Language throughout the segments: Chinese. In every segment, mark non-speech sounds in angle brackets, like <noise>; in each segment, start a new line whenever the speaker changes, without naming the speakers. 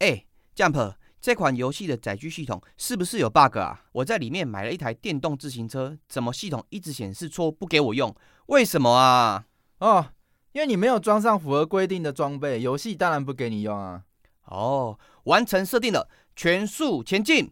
哎 Jump 这款游戏的载具系统是不是有 bug 啊？我在里面买了一台电动自行车，怎么系统一直显示错不给我用？为什么啊？
哦，因为你没有装上符合规定的装备，游戏当然不给你用啊。
哦，完成设定了，全速前进。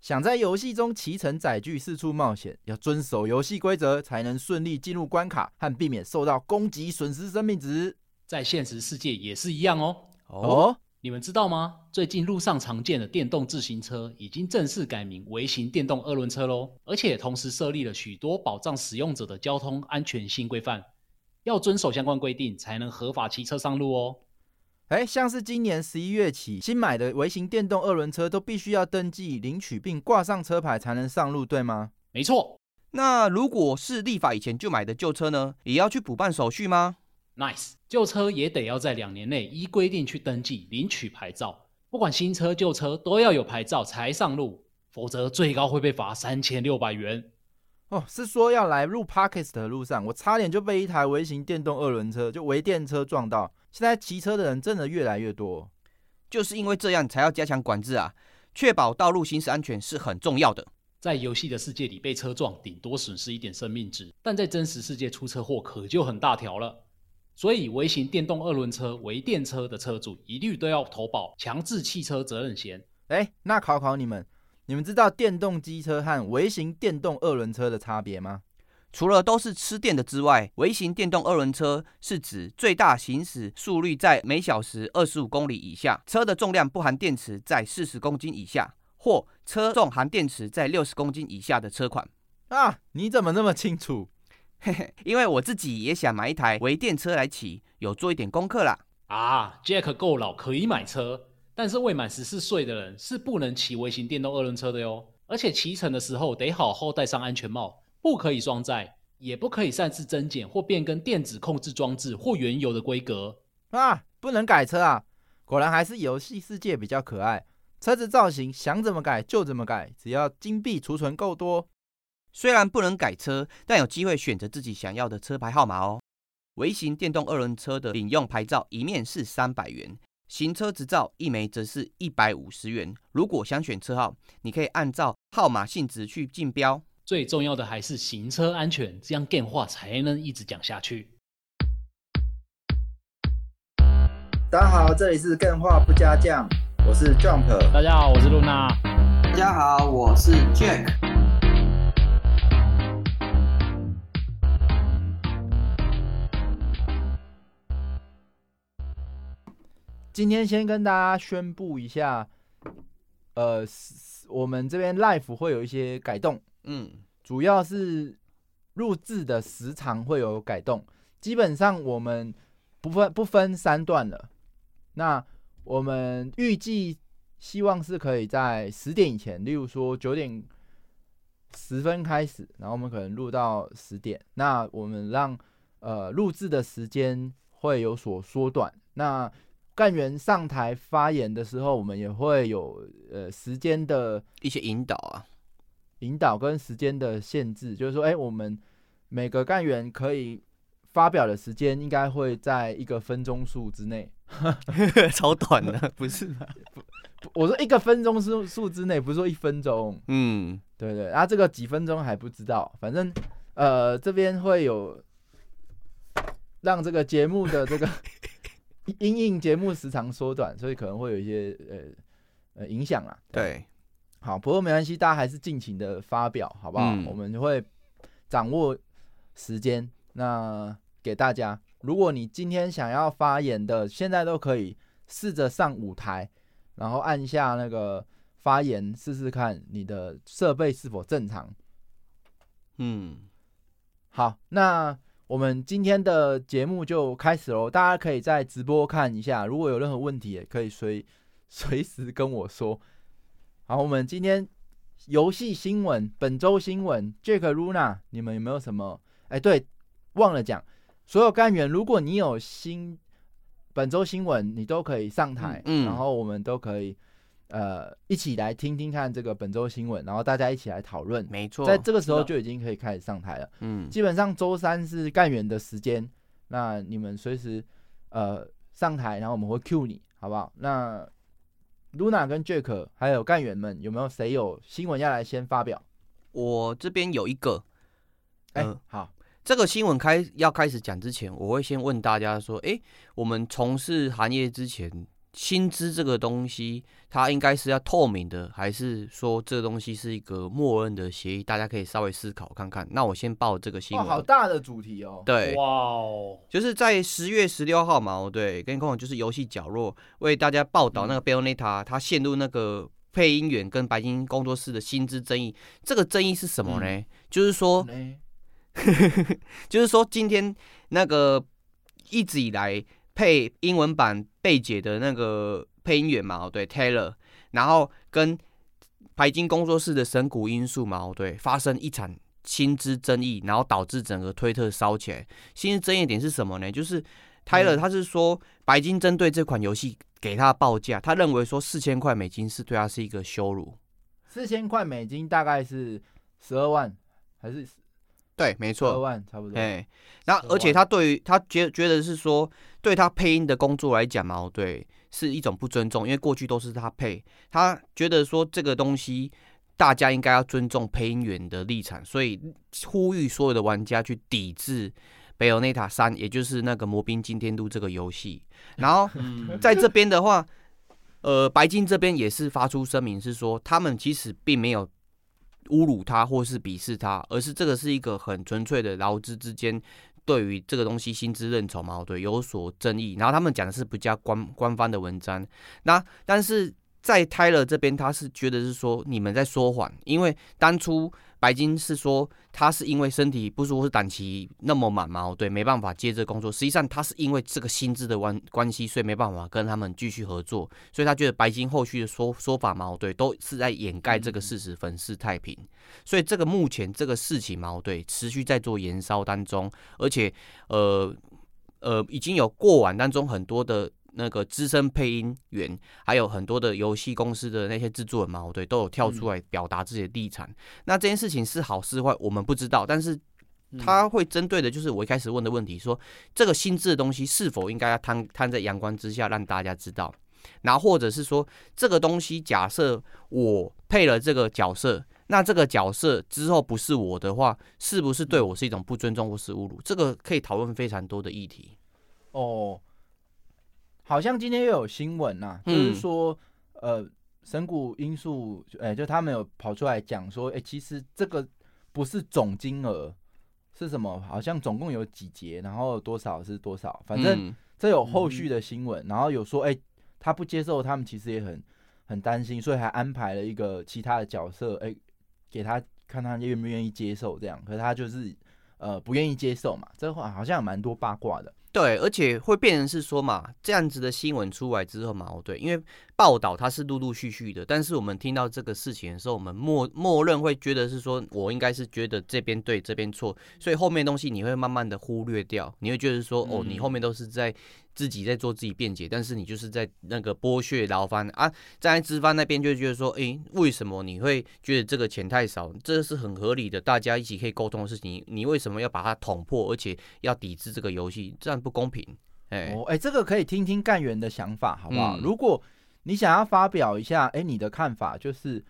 想在游戏中骑乘载具四处冒险，要遵守游戏规则才能顺利进入关卡和避免受到攻击损失生命值。
在现实世界也是一样哦。
哦，
你们知道吗？最近路上常见的电动自行车已经正式改名微型电动二轮车喽，而且同时设立了许多保障使用者的交通安全新规范，要遵守相关规定才能合法骑车上路哦。
哎，像是今年十一月起，新买的微型电动二轮车都必须要登记领取并挂上车牌才能上路，对吗？
没错
那如果是立法以前就买的旧车呢，也要去补办手续吗？
，nice，旧车也得要在两年内依规定去登记领取牌照，不管新车旧车都要有牌照才上路，否则最高会被罚三千六百元。
哦，是说要来录 Parkes 的路上，我差点就被一台微型电动二轮车就微电车撞到。现在骑车的人真的越来越多。
就是因为这样才要加强管制啊，确保道路行驶安全是很重要的。
在游戏的世界里被车撞，顶多损失一点生命值，但在真实世界出车祸可就很大条了。所以，微型电动二轮车、微电车的车主一律都要投保强制汽车责任险。
哎，那考考你们，你们知道电动机车和微型电动二轮车的差别吗？
除了都是吃电的之外，微型电动二轮车是指最大行驶速率在每小时二十五公里以下，车的重量不含电池在四十公斤以下，或车重含电池在六十公斤以下的车款。 <laughs>
啊，你怎么那么清楚？
嘿嘿，因为我自己也想买一台微电车来骑，有做一点功课啦。
啊，Jack 够老可以买车，但是未满十四岁的人是不能骑微型电动二轮车的哟。而且骑乘的时候得好好戴上安全帽，不可以双载，也不可以擅自增减或变更电子控制装置或原油的规格。
啊，不能改车啊！果然还是游戏世界比较可爱。车子造型想怎么改就怎么改，只要金币储存够多。
虽然不能改车，但有机会选择自己想要的车牌号码哦。微型电动二轮车的领用牌照一面是三百元，行车执照一枚则是一百五十元。如果想选车号，你可以按照号码性质去竞标。
最重要的还是行车安全，这样电话才能一直讲下去。
大家好，这里是更画不加酱，我是 Jump。
大家好，我是露娜。
大家好，我是 Jack。
今天先跟大家宣布一下，呃，是我们这边 Life 会有一些改动，
嗯，
主要是录制的时长会有改动，基本上我们不分不分三段了。那我们预计希望是可以在十点以前，例如说九点十分开始，然后我们可能录到十点。那我们让呃录制的时间会有所缩短。那干员上台发言的时候，我们也会有呃时间的
一些引导啊，
引导跟时间的限制，就是说，哎、我们每个干员可以发表的时间应该会在一个分钟数之内。
<laughs> 超短的， <laughs> 不是吗？
不我说一个分钟数数之内，不是说一分钟，
嗯，
对对。啊，这个几分钟还不知道，反正呃，这边会有让这个节目的这个因应节目时长缩短，所以可能会有一些呃呃影响啦。
对，
好，不过没关系，大家还是尽情的发表，好不好？
嗯
我们会掌握时间，那给大家。如果你今天想要发言的，现在都可以试着上舞台，然后按下那个发言，试试看你的设备是否正常。
嗯，
好，那我们今天的节目就开始喽，大家可以在直播看一下，如果有任何问题也可以随随时跟我说。好，我们今天游戏新闻，本周新闻，Jack Luna，你们有没有什么？哎，对，忘了讲，所有干员，如果你有新本周新闻，你都可以上台，
嗯嗯
然后我们都可以呃一起来听听看这个本周新闻，然后大家一起来讨论。
没错，
在这个时候
是的
就已经可以开始上台了。
嗯，
基本上周三是干员的时间，那你们随时呃上台，然后我们会 Q 你，好不好？那 Luna 跟 Jack 还有干员们有没有谁有新闻要来先发表？
我这边有一个，
哎、
呃
好，
这个新闻开要开始讲之前，我会先问大家说：诶，我们从事行业之前，薪资这个东西，它应该是要透明的，还是说这东西是一个默认的协议？大家可以稍微思考看看。那我先报这个新
哇，
闻，
哦好大的主题哦。
对，
哇哦，
就是在十月十六号嘛，哦对，跟空就是游戏角落为大家报道那个 Bayonetta，、他陷入那个配音员跟白金工作室的薪资争议。这个争议是什么呢？就是说，
哎
就是说今天那个一直以来配英文版贝姐的那个配音员嘛，哦对 Taylor，然后跟白金工作室的神谷因素嘛，哦对，发生一场薪资争议，然后导致整个推特烧起来。薪资争议点是什么呢？就是泰勒
嗯
他是说白金针对这款游戏给他的报价，他认为说四千块美金是对他是一个羞辱。
四千块美金大概是十二万，还是十
对，没
二万差不多？
哎，那
12
而且
万
他对于他觉觉得是说，对他配音的工作来讲嘛，哦对，是一种不尊重，因为过去都是他配，他觉得说这个东西大家应该要尊重配音员的立场，所以呼吁所有的玩家去抵制《贝尔内塔三》，也就是那个《魔兵惊天都》这个游戏。然后
嗯，
在这边的话，呃，白金这边也是发出声明，是说他们其实并没有侮辱他或是鄙视他，而是这个是一个很纯粹的劳资之间对于这个东西薪资认筹矛盾有所争议。然后他们讲的是比较官官方的文章，那但是。在 Tyler 这边，他是觉得是说你们在说谎，因为当初白金是说他是因为身体不舒服，是档期那么满嘛，哦对，没办法接这工作。实际上他是因为这个薪资的关关系，所以没办法跟他们继续合作，所以他觉得白金后续的说说法嘛，哦对，都是在掩盖这个事实，粉饰太平。所以这个目前这个事情嘛，哦对，持续在做延烧当中，而且呃呃，已经有过往当中很多的。那个资深配音员，还有很多的游戏公司的那些制作人嘛，哦对，都有跳
嗯
出来表达自己的立场。那这件事情是好是坏，我们不知道，但是
嗯
嗯
他会针对的就是我一开始问的问题，说这个薪资的东西是否应该要摊摊在阳光之下让大家知道，然后或者是说这个东西，假设我配了这个角色，那这个角色之后不是我的话，是不是对
嗯
我是一种不尊重或是侮辱？这个可以讨论非常多的议题。
哦，好像今天又有新闻呐、就
嗯
是说，呃，神谷因素，哎、就他们有跑出来讲说，哎、其实这个不是总金额，是什么？好像总共有几节，然后多少是多少，反正
嗯
这有后续的新闻，然后有说，哎、他不接受，他们其实也很很担心，所以还安排了一个其他的角色，哎、给他看他愿不愿意接受这样，可是他就是呃不愿意接受嘛，这话好像有蛮多八卦的，
对，而且会变成是说嘛，这样子的新闻出来之后嘛，哦对，因为报道它是陆陆续续的，但是我们听到这个事情的时候，我们默默认会觉得是说我应该是觉得这边对这边错，所以后面东西你会慢慢的忽略掉，你会觉得说哦，你后面都是在自己在做自己辩解，但是你就是在那个剥削劳方啊，站在资方那边就会觉得说，诶、为什么你会觉得这个钱太少？这是很合理的，大家一起可以沟通的事情，你你为什么要把它捅破，而且要抵制这个游戏？这样不公平。哎、
哦，哎、这个可以听听干员的想法，好不好？
嗯
如果你想要发表一下，哎、你的看法就是，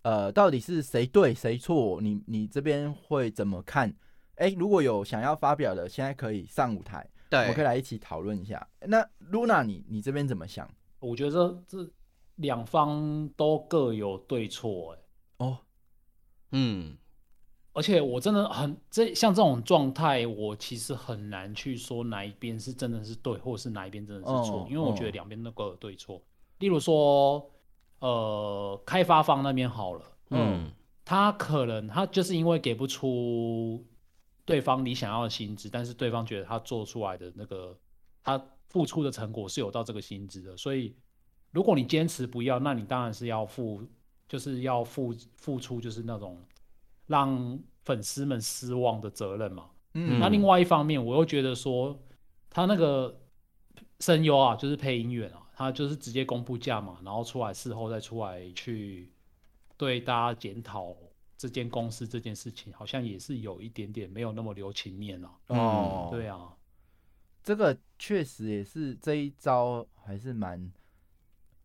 呃，到底是谁对谁错？你你这边会怎么看？哎、如果有想要发表的，现在可以上舞台，我们可以
对，
来一起讨论一下。那 Luna，你你这边怎么想？
我觉得这这两方都各有对错、欸，
哦，
嗯，
而且我真的很这像这种状态，我其实很难去说哪一边是真的是对，或者是哪一边真的是错，
哦
嗯
因为我觉
哦
得两边都各有对错。例如说，呃，开发方那边好了，
嗯，
他可能他就是因为给不出对方你想要的薪资，但是对方觉得他做出来的那个他付出的成果是有到这个薪资的，所以如果你坚持不要，那你当然是要付，就是要付付出就是那种让粉丝们失望的责任嘛。
嗯，
那另外一方面，我又觉得说，他那个声优啊，就是配音员啊，他就是直接公布价嘛，然后出来事后再出来去对大家检讨这间公司这件事情，好像也是有一点点没有那么留情面啊。
哦，
对啊，
这个确实也是这一招还是蛮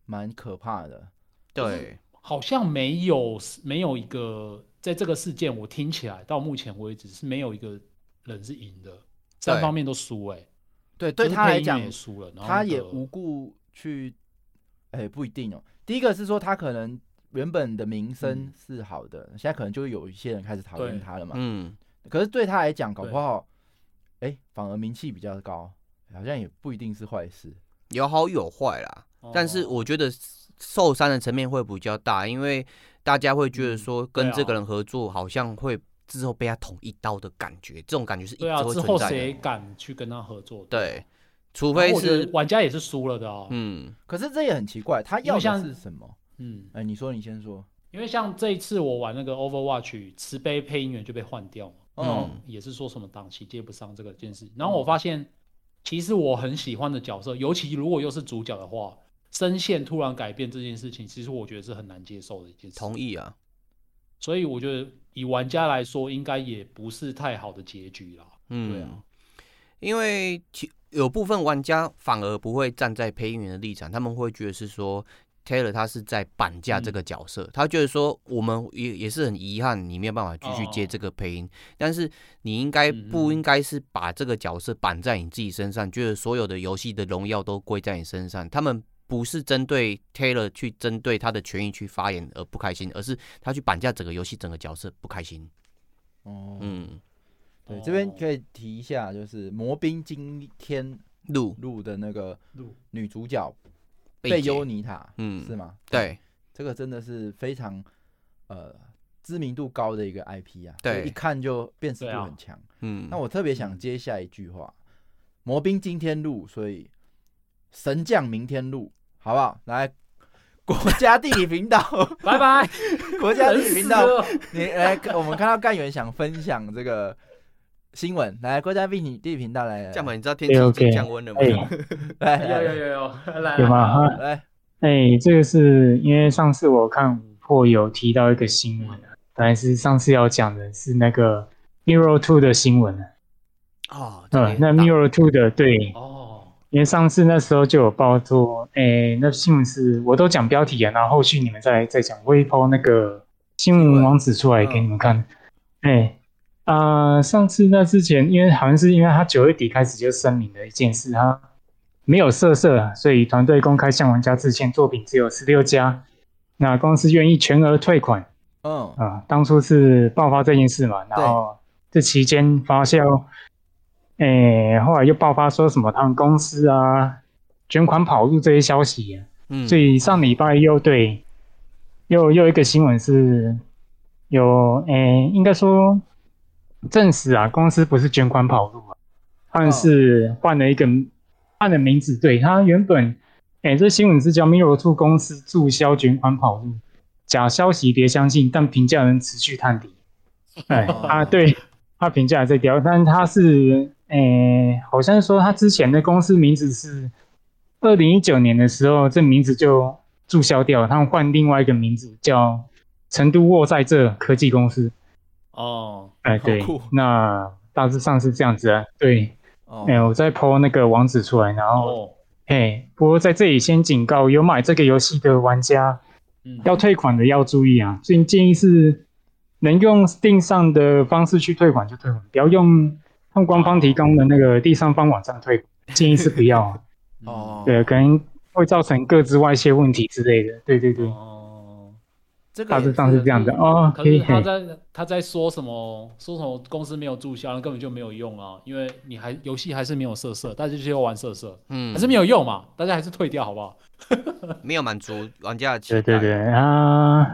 蛮可怕的。
对，
好像没有没有一个在这个事件，我听起来到目前为止是没有一个人是赢的，三方面都输哎、
对，对
就是
他
配
来
音
讲
也，输了，然后
他
那
也
个
无故去，哎、不一定哦。第一个是说他可能原本的名声
嗯
是好的，现在可能就有一些人开始讨厌
对
他了嘛。
嗯，
可是对他来讲，搞
对
不好，哎、反而名气比较高，好像也不一定是坏事。
有好有坏啦。但是
哦
我觉得受伤的层面会比较大，因为大家会觉得
嗯
说
对
跟
啊
这个人合作好像会之后被他捅一刀的感觉，这种感觉是一
对
直
啊，
会
之后
存在的。
谁敢去跟他合作？
对，，除
然
非
后我觉得
是
玩家也是输了的啊。
嗯，
可是这也很奇怪，他
因为
要的
像
是什么？
嗯，
哎、你说，你先说。
因为像这一次我玩那个 Overwatch，慈悲配音员就被换掉嘛，
哦、
嗯
也是说什么档期接不上这个件事。然后我发现，其实我很喜欢的角色，尤其如果又是主角的话，声线突然改变这件事情，其实我觉得是很难接受的一件事。
同意啊，
所以我觉得以玩家来说，应该也不是太好的结局啦。
嗯，
对啊，
因为其有部分玩家反而不会站在配音员的立场，他们会觉得是说 Taylor 他是在绑架这个角色，他觉得说我们也也是很遗憾你没有办法继续接
哦
这个配音，但是你应该
嗯嗯
不
嗯
应该是把这个角色绑在你自己身上，觉得所有的游戏的荣耀都归在你身上，他们。不是针对 Taylor 去针对他的权益去发言而不开心，而是他去绑架整个游戏整个角色不开心。
哦，
嗯，
对，这边
哦
可以提一下，就是魔冰今天
路
录的那个
路
女主角
被
贝
解
优妮塔，
嗯
是吗？
对
这个真的是非常呃知名度高的一个 IP 啊，
对
就一看就辨识
对
度
啊
很强。
嗯，
那我特别想接下一句话：魔兵今天录，所以神将明天录，好不好？来，国家地理
<laughs>
频道，
拜拜，
国家地
人
理
死
频道，
<laughs> 了。
你来，我们看到干员想分享这个新闻，来，国家地理地理频道来，来
这样嘛，你知道天
对
气已
OK
经降温了吗？
哎
来
有有
来
有有，来
有
来
吗？哈，
来，
哎，这个是因为上次我看破有提到一个新闻啊，本来是上次要讲的是那个 Mirror Two 的新闻啊，
<laughs> 哦，这
嗯
边，
那
打
Mirror Two 的对，
哦，
因为上次那时候就有报说，哎，那新闻是我都讲标题啊，然后后续你们再再讲，我会抛那个新闻网址出来给你们看。哎，啊、上次那之前，因为好像是因为他九月底开始就声明了一件事，他没有色色啊，所以团队公开向玩家致歉，作品只有十六家，那公司愿意全额退款
嗯
啊、当初是爆发这件事嘛，然后这期间发酵，哎，后来又爆发说什么他们公司啊捐款跑路这些消息、啊，
嗯，
所以上礼拜又对，又又一个新闻是有诶、应该说证实啊，公司不是捐款跑路啊，他们是换了一个换了名字，对他原本诶、这新闻是叫 Mirror Two 公司注销捐款跑路，假消息别相信，但评价人持续探底。
<laughs>
哎、
哦
啊，对他评价这条，但他是诶、好像说他之前的公司名字是二零一九年的时候，这名字就注销掉了，他们换另外一个名字叫成都沃在这科技公司。
哦，
哎、
好
对
酷，
那大致上是这样子啊。对，
哦
哎、我再 PO 那个网址出来，然后
哦，
哎、不过在这里先警告，有买这个游戏的玩家，
嗯，
要退款的要注意啊，所以建议是能用 Steam 上的方式去退款就退款，不要用用官方提供的那个第三方网站退款，建议是不要、
<laughs>
啊。
嗯
哦，
对，可能会造成各自外泄问题之类的。对对对，
哦，
这个
大
也
致上是这样的哦。
可
可
是
以
他
可以，
在他在说什么？说什么公司没有注销，那根本就没有用啊！因为你还游戏还是没有色色，大家就要玩色色，
嗯
还是没有用嘛？大家还是退掉好不好？
没有满足玩家的期待。
对对对啊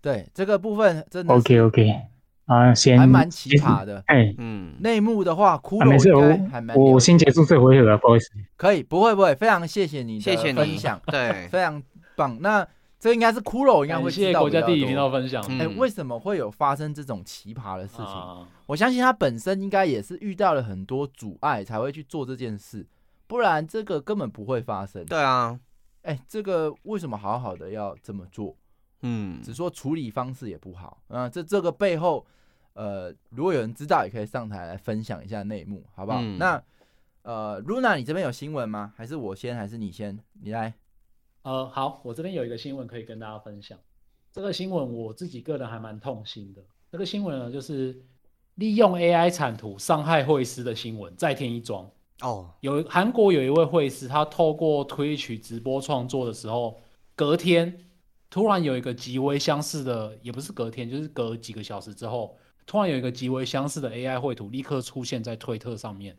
对这个部分真的是
，OK OK 啊，先
嗯还蛮奇葩的。
哎。
嗯，
内幕的话，骷
啊，没事，
髅
我
应该还蛮
我
了
我
解
先结束这回合了，不好意思。
可以，不会不会，非常谢谢你
谢
的
谢你
分享，
对，
非常棒。那这应该是骷髅应该
感
会
谢
知道
国
比
家
较
地理频道
多。
分享
嗯
哎，为什么会有发生这种奇葩的事情？
啊，
我相信他本身应该也是遇到了很多阻碍才会去做这件事，不然这个根本不会发生。
对啊，
哎，这个为什么好好的要这么做？
嗯，
只说处理方式也不好。嗯、这这个背后，呃，如果有人知道，也可以上台来分享一下内幕，好不好？
嗯
那呃，Luna，你这边有新闻吗？还是我先，还是你先？你来。
呃，好，我这边有一个新闻可以跟大家分享。这个新闻我自己个人还蛮痛心的。这个新闻呢，就是利用 AI 产图伤害会师的新闻再添一桩。
哦，
有韩国有一位会师，他透过 Twitch 直播创作的时候，隔天突然有一个极为相似的，也不是隔天，就是隔几个小时之后，突然有一个极为相似的 AI 绘图立刻出现在推特上面。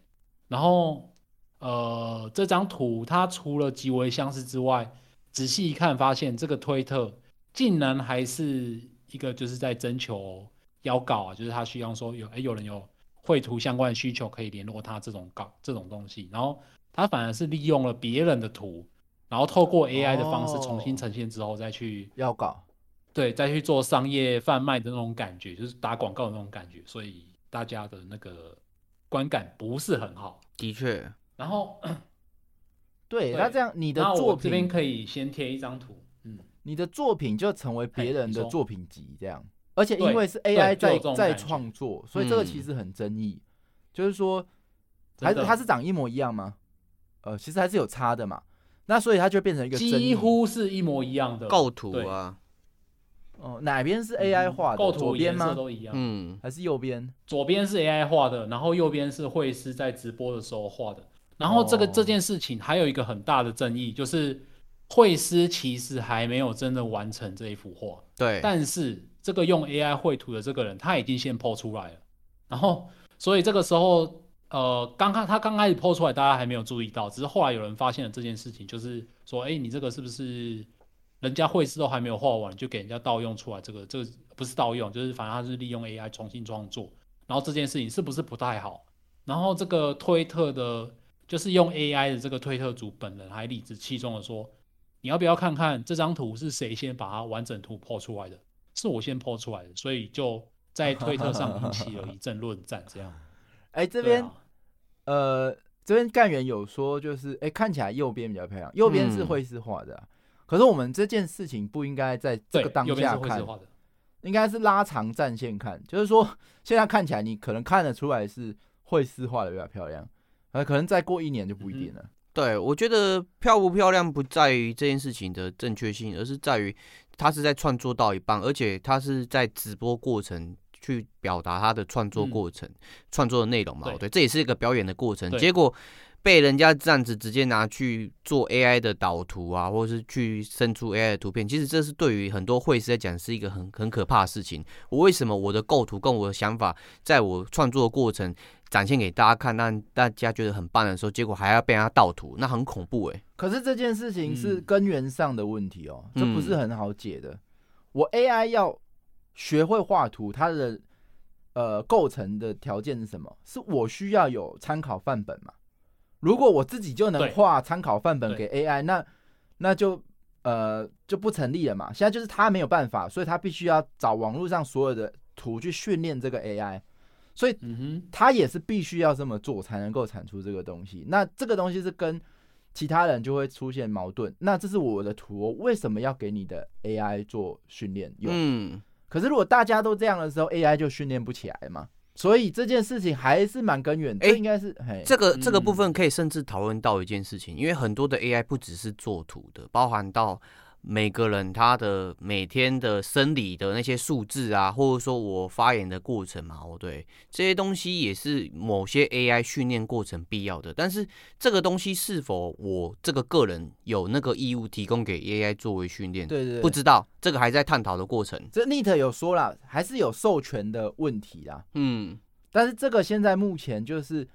然后，呃，这张图它除了极为相似之外，仔细一看发现这个推特竟然还是一个就是在征求邀稿啊，就是他需要说有哎有人有绘图相关的需求可以联络他这种稿这种东西，然后他反而是利用了别人的图，然后透过 AI 的方式重新
哦
呈现之后再去
要搞，
对，再去做商业贩卖的那种感觉，就是打广告的那种感觉，所以大家的那个观感不是很好。
的确，
然后，
对
对
他这样，你的
那我
作
这边
品，
可以先贴一张图，嗯，
你的作品就成为别
嘿
人
你
的
说
作品集这样，而且
哎对
因为是
对
AI
就有
在
这种
在
感觉
创作，所以这个其
嗯
实很争议，就是说还是
真的
它是长一模一样吗？呃，其实还是有差的嘛。那所以它就变成一个争
几
议，
乎是一模一样的
构图啊，
哦、哪边是 AI 画的？
嗯构
左
图
边
颜色
吗？
都一样，
嗯，
还是右边？
左边是 AI 画的，然后右边是会师在直播的时候画的。然后这个、
哦
这件事情还有一个很大的争议，就是会师其实还没有真的完成这一幅画，
对，
但是这个用 AI 绘图的这个人，他已经先 PO 出来了，然后所以这个时候，呃，刚刚他刚开始 PO 出来，大家还没有注意到，只是后来有人发现了这件事情，就是说，哎，你这个是不是人家绘师都还没有画完，就给人家盗用出来？这个这个不是盗用，就是反正他是利用 AI 重新创作，然后这件事情是不是不太好？然后这个推特的，就是用 AI 的这个推特主本人还理直气壮的说，你要不要看看这张图是谁先把它完整图剖出来的？是我先剖出来的，所以就在推特上引起了一阵论战。
<laughs>
这样
哎、这
这
边、呃，这边干员有说，就是哎、看起来右边比较漂亮，右边是
嗯
会是画的啊、可是我们这件事情不应该在这
对
个当
右边
下
是会
看
字，画的，
应该是拉长战线看，就是说现在看起来你可能看得出来是会是画的比较漂亮，呃，可能再过一年就
嗯
不一定了。
对，我觉得漂不漂亮不在于这件事情的正确性，而是在于他是在创作到一半，而且他是在直播过程去表达他的创作
嗯
过程、创作的内容嘛。
对
我对，这也是一个表演的过程。
对
结果被人家这样子直接拿去做 AI 的导图啊，或者是去生出 AI 的图片，其实这是对于很多会师来讲是一个很很可怕的事情。我为什么我的构图跟我的想法，在我创作的过程展现给大家看，让大家觉得很棒的时候，结果还要被他盗图，那很恐怖哎、
可是这件事情是
嗯
根源上的问题哦，
嗯
这不是很好解的。我 AI 要学会画图，它的呃构成的条件是什么？是我需要有参考范本嘛？如果我自己就能
对
画参考范本给 AI，那那就呃就不成立了嘛。现在就是他没有办法，所以他必须要找网络上所有的图去训练这个 AI，所以
嗯哼，
他也是必须要这么做才能够产出这个东西。那这个东西是跟其他人就会出现矛盾。那这是我的图，我为什么要给你的 AI 做训练用？
嗯，
可是如果大家都这样的时候，AI 就训练不起来嘛。所以这件事情还是蛮根源的，
哎
这应该是嘿，
这个这个部分
嗯
可以甚至讨论到一件事情，因为很多的 AI 不只是做图的，包含到每个人他的每天的生理的那些数字啊，或者说我发言的过程嘛，哦对，这些东西也是某些 AI 训练过程必要的。但是这个东西是否我这个个人有那个义务提供给 AI 作为训练？
对对对，
不知道，这个还在探讨的过程。
这 Nit 有说啦，还是有授权的问题啦。
嗯，
但是这个现在目前就是，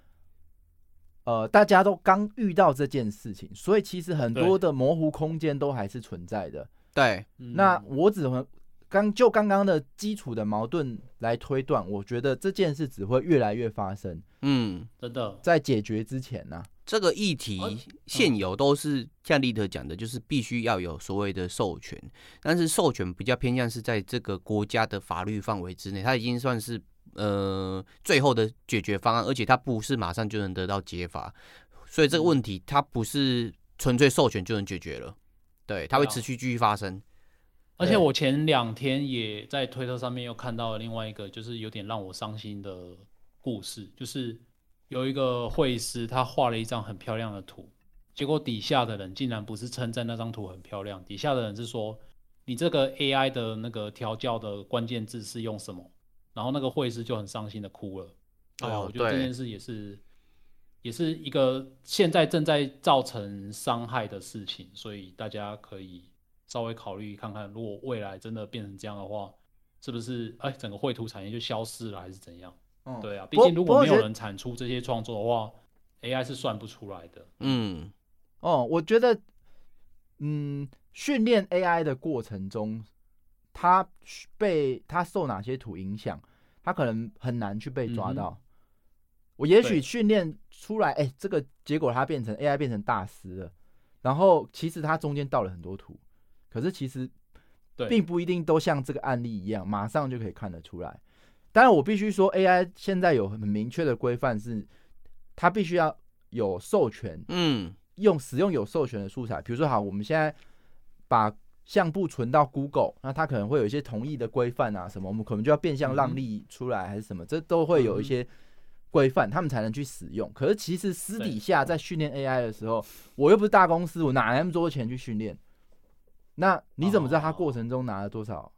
呃，大家都刚遇到这件事情，所以其实很多
对
的模糊空间都还是存在的。
对，
嗯
那我只能刚就刚刚的基础的矛盾来推断，我觉得这件事只会越来越发生。
嗯，
真的
在解决之前啊呢、
这个议题
而
现有都是像立德讲的，就是必须要有所谓的授权，但是授权比较偏向是在这个国家的法律范围之内，它已经算是呃最后的解决方案，而且它不是马上就能得到解法，所以这个问题它不是纯粹授权就能解决了，对，它会
对啊
持续继续发生。
而且
对
我前两天也在推特上面又看到了另外一个，就是有点让我伤心的故事，就是有一个绘师，他画了一张很漂亮的图，结果底下的人竟然不是称赞那张图很漂亮，底下的人是说你这个 AI 的那个调教的关键字是用什么？然后那个会师就很伤心的哭了。对啊，
哦
我觉得这
对
件事也是也是一个现在正在造成伤害的事情，所以大家可以稍微考虑看看，如果未来真的变成这样的话，是不是哎整个绘图产业就消失了，还是怎样？
嗯，
对啊，
不
毕
过
竟如
不过
果
我
没有
觉得
人产出这些创作的话，AI 是算不出来的。
嗯，
哦，我觉得，嗯，训练 AI 的过程中，它需被它受哪些图影响，它可能很难去被抓
嗯哼
到。我也许
对
训练出来，哎、这个结果它变成 AI 变成大师了，然后其实它中间盗了很多图，可是其实
对
并不一定都像这个案例一样，马上就可以看得出来。当然，我必须说，AI 现在有很明确的规范是，它必须要有授权，
嗯，
用使用有授权的素材，比如说好，我们现在把相簿存到 Google，那它可能会有一些同意的规范啊什么，我们可能就要变相让利出来还是什么，这都会有一些规范，他们才能去使用。可是其实私底下在训练 AI 的时候，我又不是大公司，我哪来那么多钱去训练？那你怎么知道他
哦
过程中拿了多少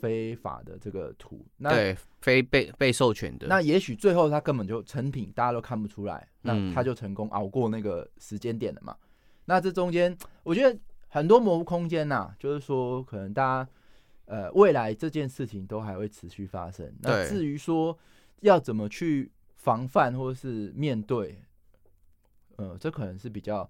非法的这个图？那
对，非被被授权的，
那也许最后他根本就成品大家都看不出来，
嗯
那他就成功熬过那个时间点了嘛。那这中间，我觉得很多模糊空间呐、就是说可能大家呃未来这件事情都还会持续发生。那
对
至于说要怎么去防范或是面对，呃，这可能是比较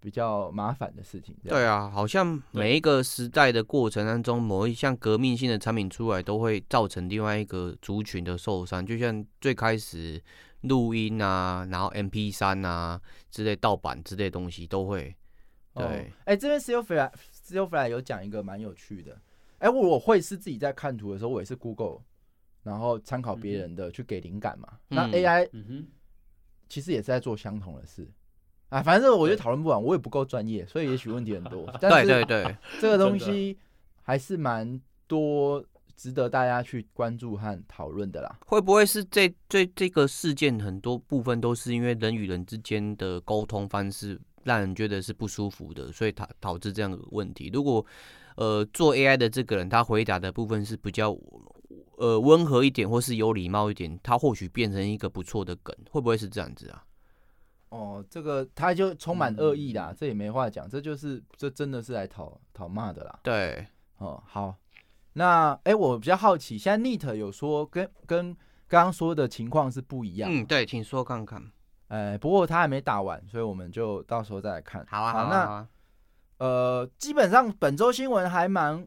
比较麻烦的事情。这样
对，啊，好像每一个时代的过程当中，某一项革命性的产品出来，都会造成另外一个族群的受伤。就像最开始录音啊，然后 MP 三啊之类盗版之类的东西都会。对，
哦哎、这边 Silverfly Silverfly 有讲一个蛮有趣的，哎、我我会是自己在看图的时候，我也是 Google，然后参考别人的去给灵感嘛。那
嗯
AI
嗯哼，
其实也是在做相同的事。啊，反正我觉得
对
讨论不完，我也不够专业，所以也许问题很多。但
对
是
对对，
这个东
真的
西还是蛮多值得大家去关注和讨论的啦。
会不会是这这这个事件很多部分都是因为人与人之间的沟通方式让人觉得是不舒服的，所以导导致这样的问题？如果呃做 AI 的这个人他回答的部分是比较呃温和一点，或是有礼貌一点，他或许变成一个不错的梗，会不会是这样子啊？
哦，这个它就充满恶意啦，
嗯
这也没话讲，这就是这真的是来讨讨骂的啦。
对，
哦，好，那哎、诶我比较好奇，现在 Neat 有说跟跟刚刚说的情况是不一样，
嗯，对，请说看看。
呃，不过他还没打完，所以我们就到时候再来看。
好啊，好
好
啊，好啊
那呃，基本上本周新闻还蛮，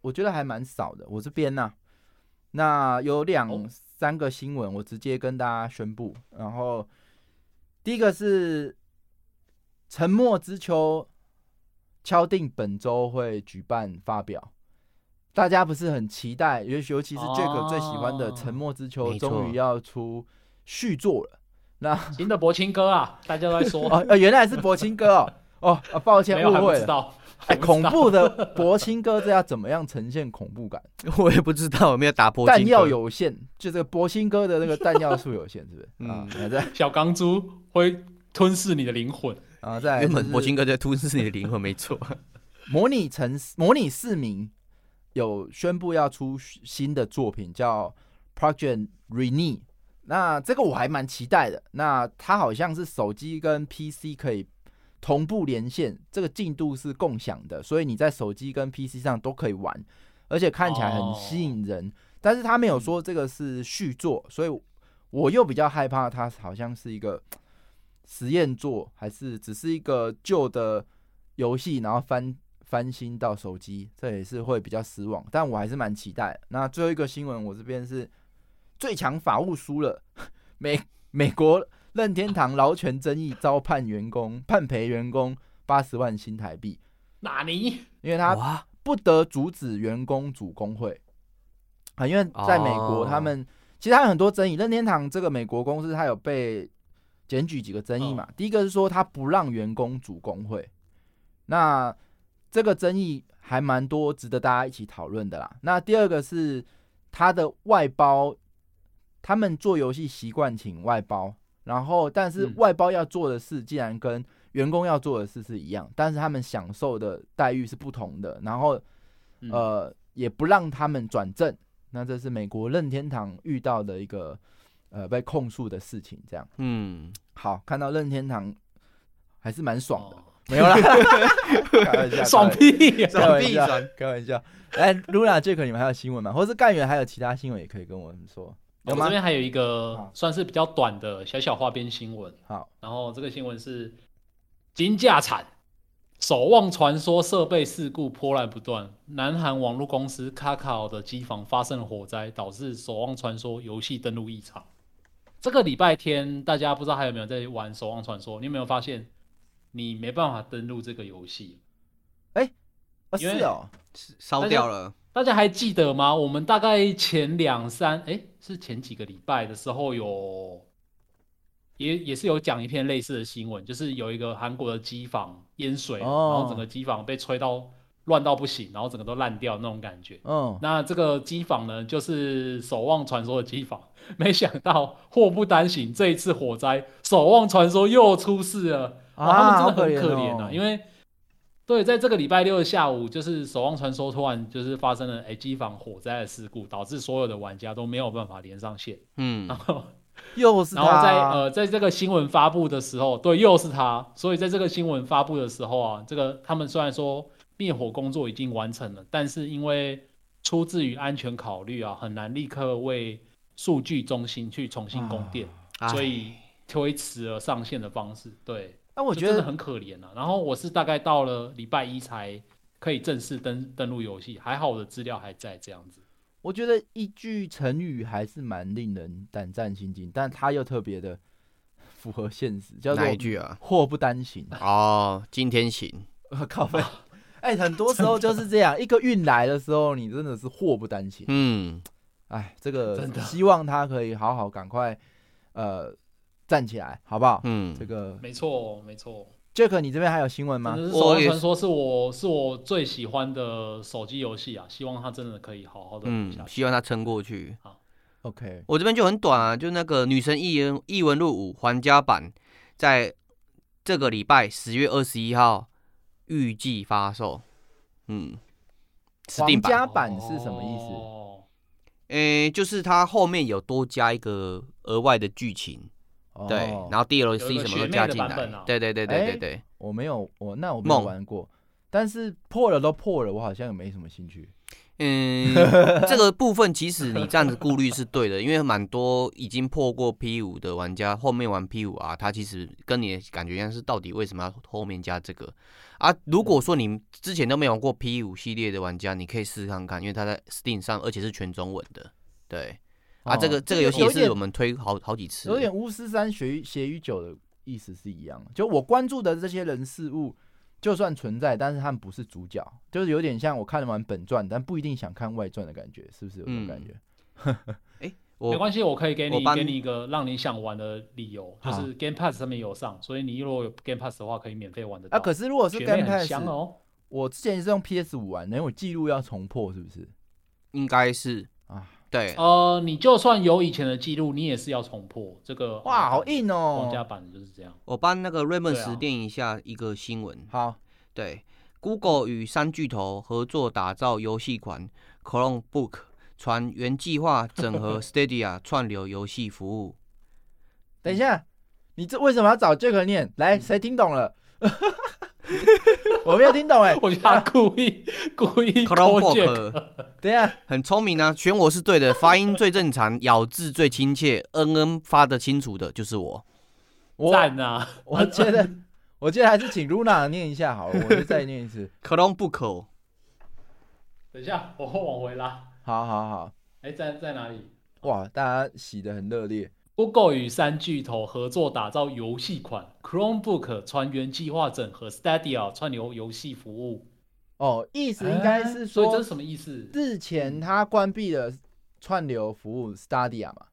我觉得还蛮少的，我这边呢、那有两、
哦
三个新闻，我直接跟大家宣布，然后第一个是沉默之秋敲定本周会举办发表，大家不是很期待，尤尤其是 Jack 最喜欢的《沉默之秋
没》错
终于要出续作了。那
新的薄情哥啊，大家都在说，
哦呃，原来是柏青哥哦哦，啊抱歉
<laughs> 没有
误
还不
会
知
了。
道，
哎，
还不知
恐
道
怖的柏青哥这要怎么样呈现恐怖
<laughs>
感？
我也不知道有没有打破
弹
禁
药
歌，
有限，就这个柏青哥的那个弹药数有限，是不是？
<laughs> 嗯
啊，还在
小钢珠会吞噬你的灵魂。
啊，再来
原
就是
本博兴哥在吞噬你的灵魂，没错。
模拟城市模拟市民有宣布要出新的作品，叫 Project Rene。那这个我还蛮期待的。那它好像是手机跟 PC 可以同步连线，这个进度是共享的，所以你在手机跟 PC 上都可以玩，而且看起来很吸引人。但是他没有说这个是续作，所以我又比较害怕它好像是一个实验作，还是只是一个旧的游戏，然后翻翻新到手机，这也是会比较失望。但我还是蛮期待的。那最后一个新闻，我这边是最强法务输了， <laughs> 美美国任天堂劳权争议遭判员工判赔员工八十万新台币，
纳尼？
因为他
哇，
不得阻止员工组工会啊，因为在美国
哦
他们、其实还有很多争议。任天堂这个美国公司，它有被检举几个争议嘛？第一个是说他不让员工组工会，那这个争议还蛮多，值得大家一起讨论的啦。那第二个是他的外包，他们做游戏习惯请外包，然后但是
嗯
外包要做的事竟然跟员工要做的事是一样，但是他们享受的待遇是不同的，然后
嗯
呃也不让他们转正。那这是美国任天堂遇到的一个呃被控诉的事情。这样，
嗯，
好，看到任天堂还是蛮爽的，
哦
没
<laughs>
有啦，开玩笑
爽！屁呀！
开玩
屁
笑
爽
开玩笑。哎，Luna、Jack，你们还有新闻吗？或是干员还有其他新闻也可以跟我们说，
我
有
这
吗？
边还有一个
好
算是比较短的小小花边新闻，
好，
然后这个新闻是金价惨，守望传说设备事故波澜不断，南韩网络公司 Kakao 的机房发生了火灾，导致守望传说游戏登录异常。这个礼拜天，大家不知道还有没有在玩《守望传说》？你有没有发现，你没办法登录这个游戏？
哦
因
是
为
哦，
是烧掉了，
大家还记得吗？我们大概前两三，哎，是前几个礼拜的时候有，也也是有讲一篇类似的新闻，就是有一个韩国的机房淹水了，
哦
然后整个机房被吹到乱到不行，然后整个都烂掉那种感觉。
嗯，
那这个机房呢，就是《守望传说》的机房， <laughs> 没想到祸不单行，这一次火灾，《守望传说》又出事了。
啊
哇，他们真的很可怜啊，因
为
为对，在这个礼拜六的下午，就是《守望传说》突然就是发生了哎机房火灾的事故，导致所有的玩家都没有办法连上线。
嗯
哦
然，后，
又是啊
然后在
他，
呃，在这个新闻发布的时候，对，又是他，所以在这个新闻发布的时候啊，这个他们虽然说灭火工作已经完成了，但是因为出自于安全考虑啊，很难立刻为数据中心去重新供电，
啊唉
所以推迟了上线的方式。对，
那我
就
觉
真的
得
很可怜啊。然后我是大概到了礼拜一才可以正式登登录游戏，还好我的资料还在这样子。
我觉得一句成语还是蛮令人胆战心惊，但它又特别的符合现实，叫做
哪一句啊？
祸不单行。 <laughs>
哦，今天
<laughs>
行，
我靠背，哎，很多时候就是这样，一个运来的时候，你真的是祸不单行。
嗯，
哎，这个
真的
希望他可以好好赶快呃站起来，好不好？
嗯
这，个
没错，哦没错，
Jack，你这边还有新闻
真
吗
的？是《
我
守望
也
传说》是我是我最喜欢的手机游戏啊，希望它真的可以好好的下
嗯，
去。
希望他撑过去。
OK，
我这边就很短啊，就那个《女神异闻异闻录五》皇家版，在这个礼拜十月二十一号预计发售。嗯，指定版，
皇家版是什么意思？
哦
诶、就是它后面有多加一个额外的剧情，
哦
对，然后 DLC
有一个
什么都
学妹
加
的
进
版
来，
本啊
对对对对对对。
我没有，我那我没有
梦
玩过，但是破了都破了，我好像也没什么兴趣。
嗯，这个部分其实你这样子顾虑是对的，因为蛮多已经破过 P 五的玩家，后面玩 P 五啊，他其实跟你的感觉一样，是到底为什么要后面加这个啊？如果说你之前都没有玩过 P 五系列的玩家，你可以试试看看，因为它在 Steam 上，而且是全中文的，对啊，
哦
这个这个游戏也
有
是我
点
们推好好几次，
有点巫师三血与血与酒的意思是一样的，就我关注的这些人事物，就算存在，但是他们不是主角，就是有点像我看完本传，但不一定想看外传的感觉，是不是有这种
嗯
感觉？
没
我
关系，我可以给
我
你
帮
给你一个让你想玩的理由，就
好
是 Game Pass 上面有上，所以你如果有 Game Pass 的话，可以免费玩得到。
啊，可是如果是
学
Game
妹很
Pass，、
香哦。
我之前是用 PS 五玩的，因为我记录要重破，是不是？
应该是
啊
对，
呃，你就算有以前的记录，你也是要重破这个。
哇，好硬
皇家
哦！
版的就是这样。
我帮那个瑞梦
对啊
时念一下一个新闻，
好，
对，Google 与三巨头合作打造游戏款 Chromebook，传原计划整合 Stadia 串流游戏服务。
等一下，你这为什么要找 Jack 念？来，谁听懂
<laughs>
了？我没有听懂哎、
<laughs> 我觉得他故意故意勾践
Chromebook
等一下，
很聪明啊，选我是对的，发音最正常，咬字最亲切，嗯嗯发得清楚的就是我。
我
赞啊！
我觉得，我觉得还是请 Luna 念一下好了，我就再念一次。
Chromebook
等一下，我往回拉。
好好好，
哎，在在哪里
哇，大家洗的很热烈。
？Google 与三巨头合作打造游戏款 Chromebook 船员计划整合 Stadia 串流游戏服务。
哦，意思应该是
哎所以这
说
是，什么意思？
日前他关闭了串流服务 Stadia 嘛，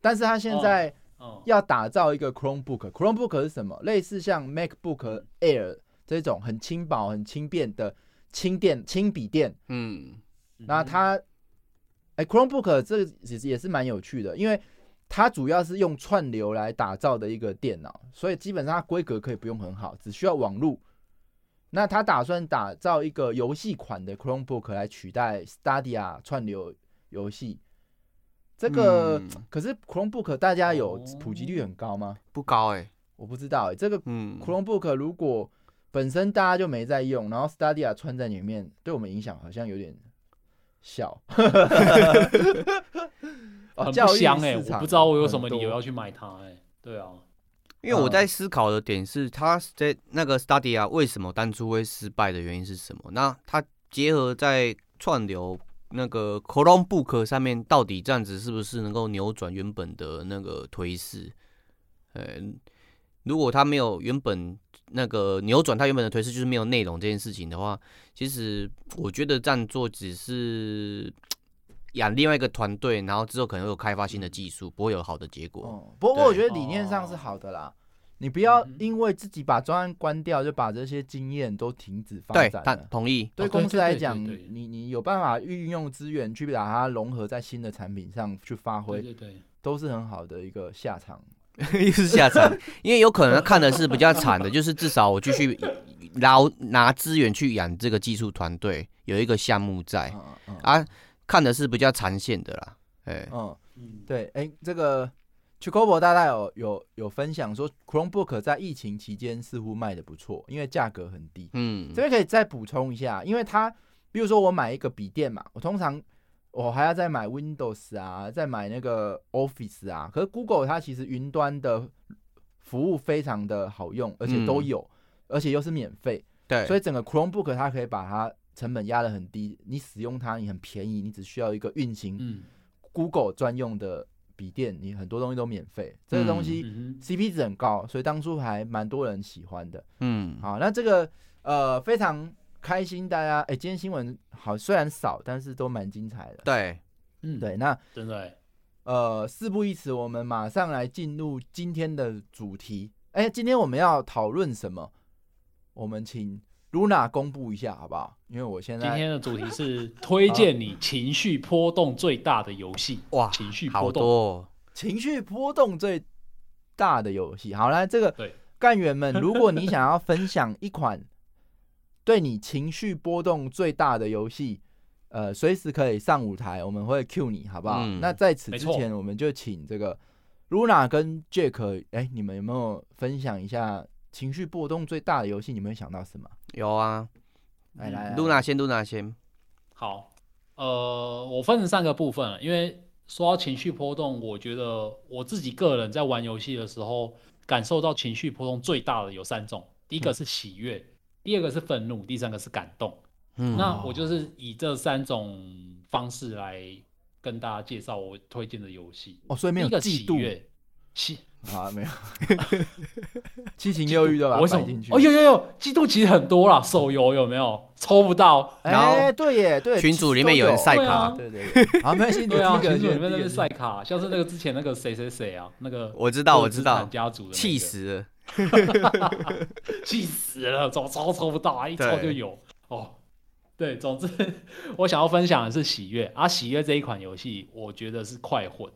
但是他现在
嗯，
要打造一个 Chromebook。Chromebook 是什么？类似像 MacBook Air 这种很轻薄、很轻便的轻电、轻笔电。
嗯，
嗯
那它，哎、c h r o m e b o o k 这也是也是蛮有趣的，因为它主要是用串流来打造的一个电脑，所以基本上它规格可以不用很好，只需要网路。那他打算打造一个游戏款的 Chromebook 来取代 Stadia 串流游戏。这个、
嗯
可是 Chromebook 大家有
哦
普及率很高吗？
不高哎、
我不知道、欸，这个
嗯，
Chromebook 如果本身大家就没在用，然后 Stadia 串在里面，对我们影响好像有点
<laughs>
小。哦，
很
教
不
育
香哎、
市
我
场
不知道我有什么
很多
理由要去买它哎、对啊，
因为
嗯
我在思考的点是，他在那个 Stadia 为什么当初会失败的原因是什么？那它结合在串流那个 Chromebook 上面，到底这样子是不是能够扭转原本的那个颓势？呃，如果它没有原本那个扭转它原本的颓势，就是没有内容这件事情的话，其实我觉得这样做只是养另外一个团队，然后之后可能会有开发新的技术，不会有好的结果。
哦，不过我
对
觉得理念上是好的啦。你不要
嗯哼
因为自己把专案关掉，就把这些经验都停止发
对，
展
他
了。
同意。
对
哦对
公司
对
来
对
讲，
对对
你你有办法运用资源去把它融合在新的产品上去发
对
挥，
对对，
都是很好的一个下场。
<laughs> 又是下场，因为有可能他看的是比较惨的，就是至少我继续捞拿资源去养这个技术团队，有一个项目
哎
在
哦
嗯嗯嗯
啊，看的是比较长线的啦。哎、
嗯，
嗯，
对，哎，这个 c h i c o b o 大大有有有分享说，Chromebook 在疫情期间似乎卖的不错，因为价格很低。
嗯
这，边可以再补充一下，因为它，比如说我买一个笔电嘛，我通常我还要再买 Windows 啊，再买那个 Office 啊。可是 Google 它其实云端的服务非常的好用，而且都有，而且又是免费，
嗯对，
所
以
以整个 Chromebook 它可以把它成本压得很低，你使用它你很便宜，你只需要一个运行
嗯
Google 专用的笔电，你很多东西都免费。这个东西
嗯
CP 值很高，所以当初还蛮多人喜欢的。
嗯，
好，那这个呃非常开心，大家哎、诶今天新闻好虽然少，但是都蛮精彩的。
对，
嗯，
对，那
真的、欸，
呃事不宜迟，我们马上来进入今天的主题。哎、今天我们要讨论什么？我们请 Luna 公布一下好不好？因为我现
今
在
天的主题是推荐你情绪波动最大的游戏，
哇，
情绪
好
波
多、
动，
哦，
情绪波动最大的游戏。好啦，这个
对，
干员们，如果你想要分享一款 <laughs> 对你情绪波动最大的游戏，呃，随时可以上舞台，我们会 cue 你，好不好？
嗯
那在此之
没错
前，我们就请这个 Luna 跟 Jack，哎、你们有没有分享一下情绪波动最大的游戏？你们有想到什么？
有啊。
来
嗯
来来
露娜先，露娜先。
好，呃，我分成三个部分了，因为说到情绪波动，我觉得我自己个人在玩游戏的时候，感受到情绪波动最大的有三种，第一
嗯
个是喜悦，第二个是愤怒，第三个是感动。
嗯，
哦
那我就是以这三种方式来跟大家介绍我推荐的游戏。
哦，所以没有
第一个
嫉 <laughs>
喜
妒
悦，喜
啊，没有七情六欲的吧？
我为什
摆
么
进去？？
哦，有有有，嫉妒其实很多啦，手游有没有抽不到？
哎、
然后
对耶，对，
群组里面有人赛
对
卡，
啊
对对对，好，没关系，你第
对啊，
一
群
个
组
先
里面那
第一
边
个
赛卡，像是那个之前那个谁谁谁啊，那个
我知道，我
尔兹
知道
坦，家族的那个
气，死了。
气死了，怎么抽抽不到啊？一抽
对
就有哦。对，总之我想要分享的是喜悦啊，喜悦这一款游戏，我觉得是快混，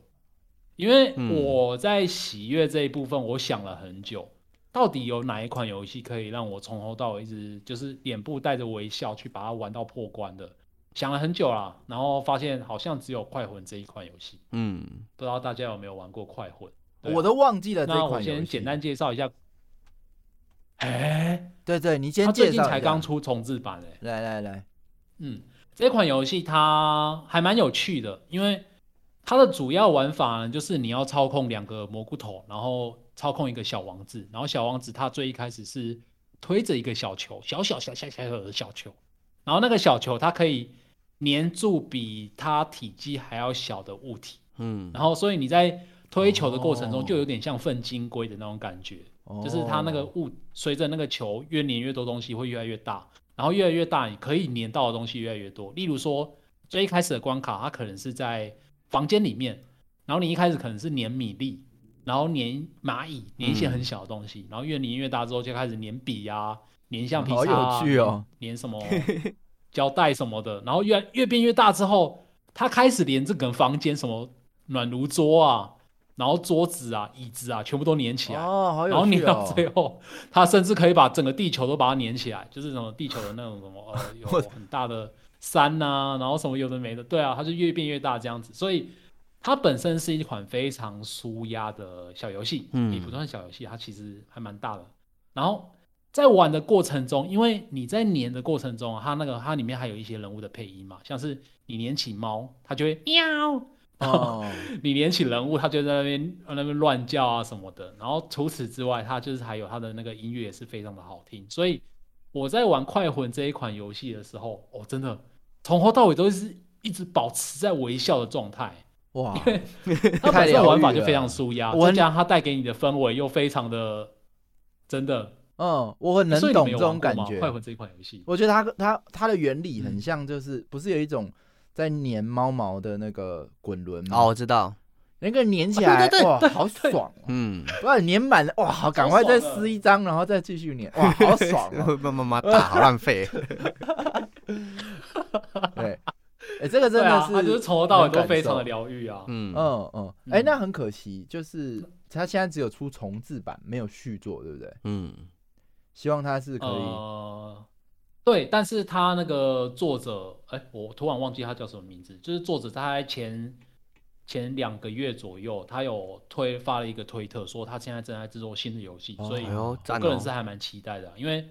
因为
嗯
我在喜悦这一部分，我想了很久，到底有哪一款游戏可以让我从头到尾一直就是脸部带着微笑去把它玩到破关的？想了很久啦，然后发现好像只有快魂这一款游戏，
嗯，
不知道大家有没有玩过快魂？对啊
我都忘记了这
那我
款游
先
戏。
简单介绍一下。哎，
对对，你
它
先
最
介
近
绍一
才
下
刚出重置版哎、
来来来，
嗯，这款游戏它还蛮有趣的，因为它的主要玩法呢，就是你要操控两个蘑菇头，然后操控一个小王子，然后小王子他最一开始是推着一个小球，小小小小小小的小球，然后那个小球它可以粘住比它体积还要小的物体，
嗯，
然后所以你在推球的过程
哦
中就有点像粪金龟的那种感觉。就是它那个
哦
物随着那个球越粘越多东西会越来越大，然后越来越大，你可以粘到的东西越来越多。例如说，最一开始的关卡，它可能是在房间里面，然后你一开始可能是粘米粒，然后粘蚂蚁，粘一
嗯
些很小的东西，然后越粘越大之后就开始粘笔啊，粘橡皮
好
擦、啊，
有趣哦，
粘
<laughs>
什么胶带什么的，然后越来越变越大之后，它开始连这个房间什么暖炉桌啊，然后桌子啊、椅子啊，全部都粘起来。
哦，好
然后
有
粘
趣
到
哦！
最后，它甚至可以把整个地球都把它粘起来，就是什么地球的那种什么
<laughs>
呃有很大的山呐、然后什么有的没的，对啊，它就越变越大这样子。所以它本身是一款非常舒压的小游戏，
嗯
也不算小游戏，它其实还蛮大的。然后在玩的过程中，因为你在粘的过程中啊，它那个它里面还有一些人物的配音嘛，像是你粘起猫，它就会喵， <laughs>
哦，
你连起人物，他就在那边呃那边乱叫啊什么的。然后除此之外，他就是还有他的那个音乐也是非常的好听。所以我在玩《快魂》这一款游戏的时候，我、真的从头到尾都是一直保持在微笑的状
<laughs>
态。
哇，
它本身的玩法就
太疗愈了
非常舒压，
我
再加上它带给你的氛围又非常的真的，
嗯，我很能
欸所以你
懂这
们有
种
玩过
感
吗
觉。
快嗯魂》这一款游戏，
我觉得它它它的原理很像，就是、不是有一种在粘猫毛的那个滚轮吗？
哦，我，知道，
那个粘起来，
啊对对对
哇，
对
好
对啊
爽哦！
嗯，
哇，粘满了，哇，好，赶快再撕一张，然后再继续粘，哇，好爽
<laughs>
哦！
<laughs> 妈妈妈打好浪费，
对，哎，这个真
对
的
啊，
是，
它就是从头到尾
能
都
感
非常的
受
疗愈啊。
嗯
嗯嗯，哎，
嗯
那很可惜，就是它现在只有出重制版，没有续作，对不对？
嗯，
希望它是可以，
呃，对，但是他那个作者，哎，我突然忘记他叫什么名字，就是作者他在前前两个月左右，他有推发了一个推特，说他现在正在制作新的游戏，
哦
所以
哎呦，
我
赞
个人是
哦，
还蛮期待的，因为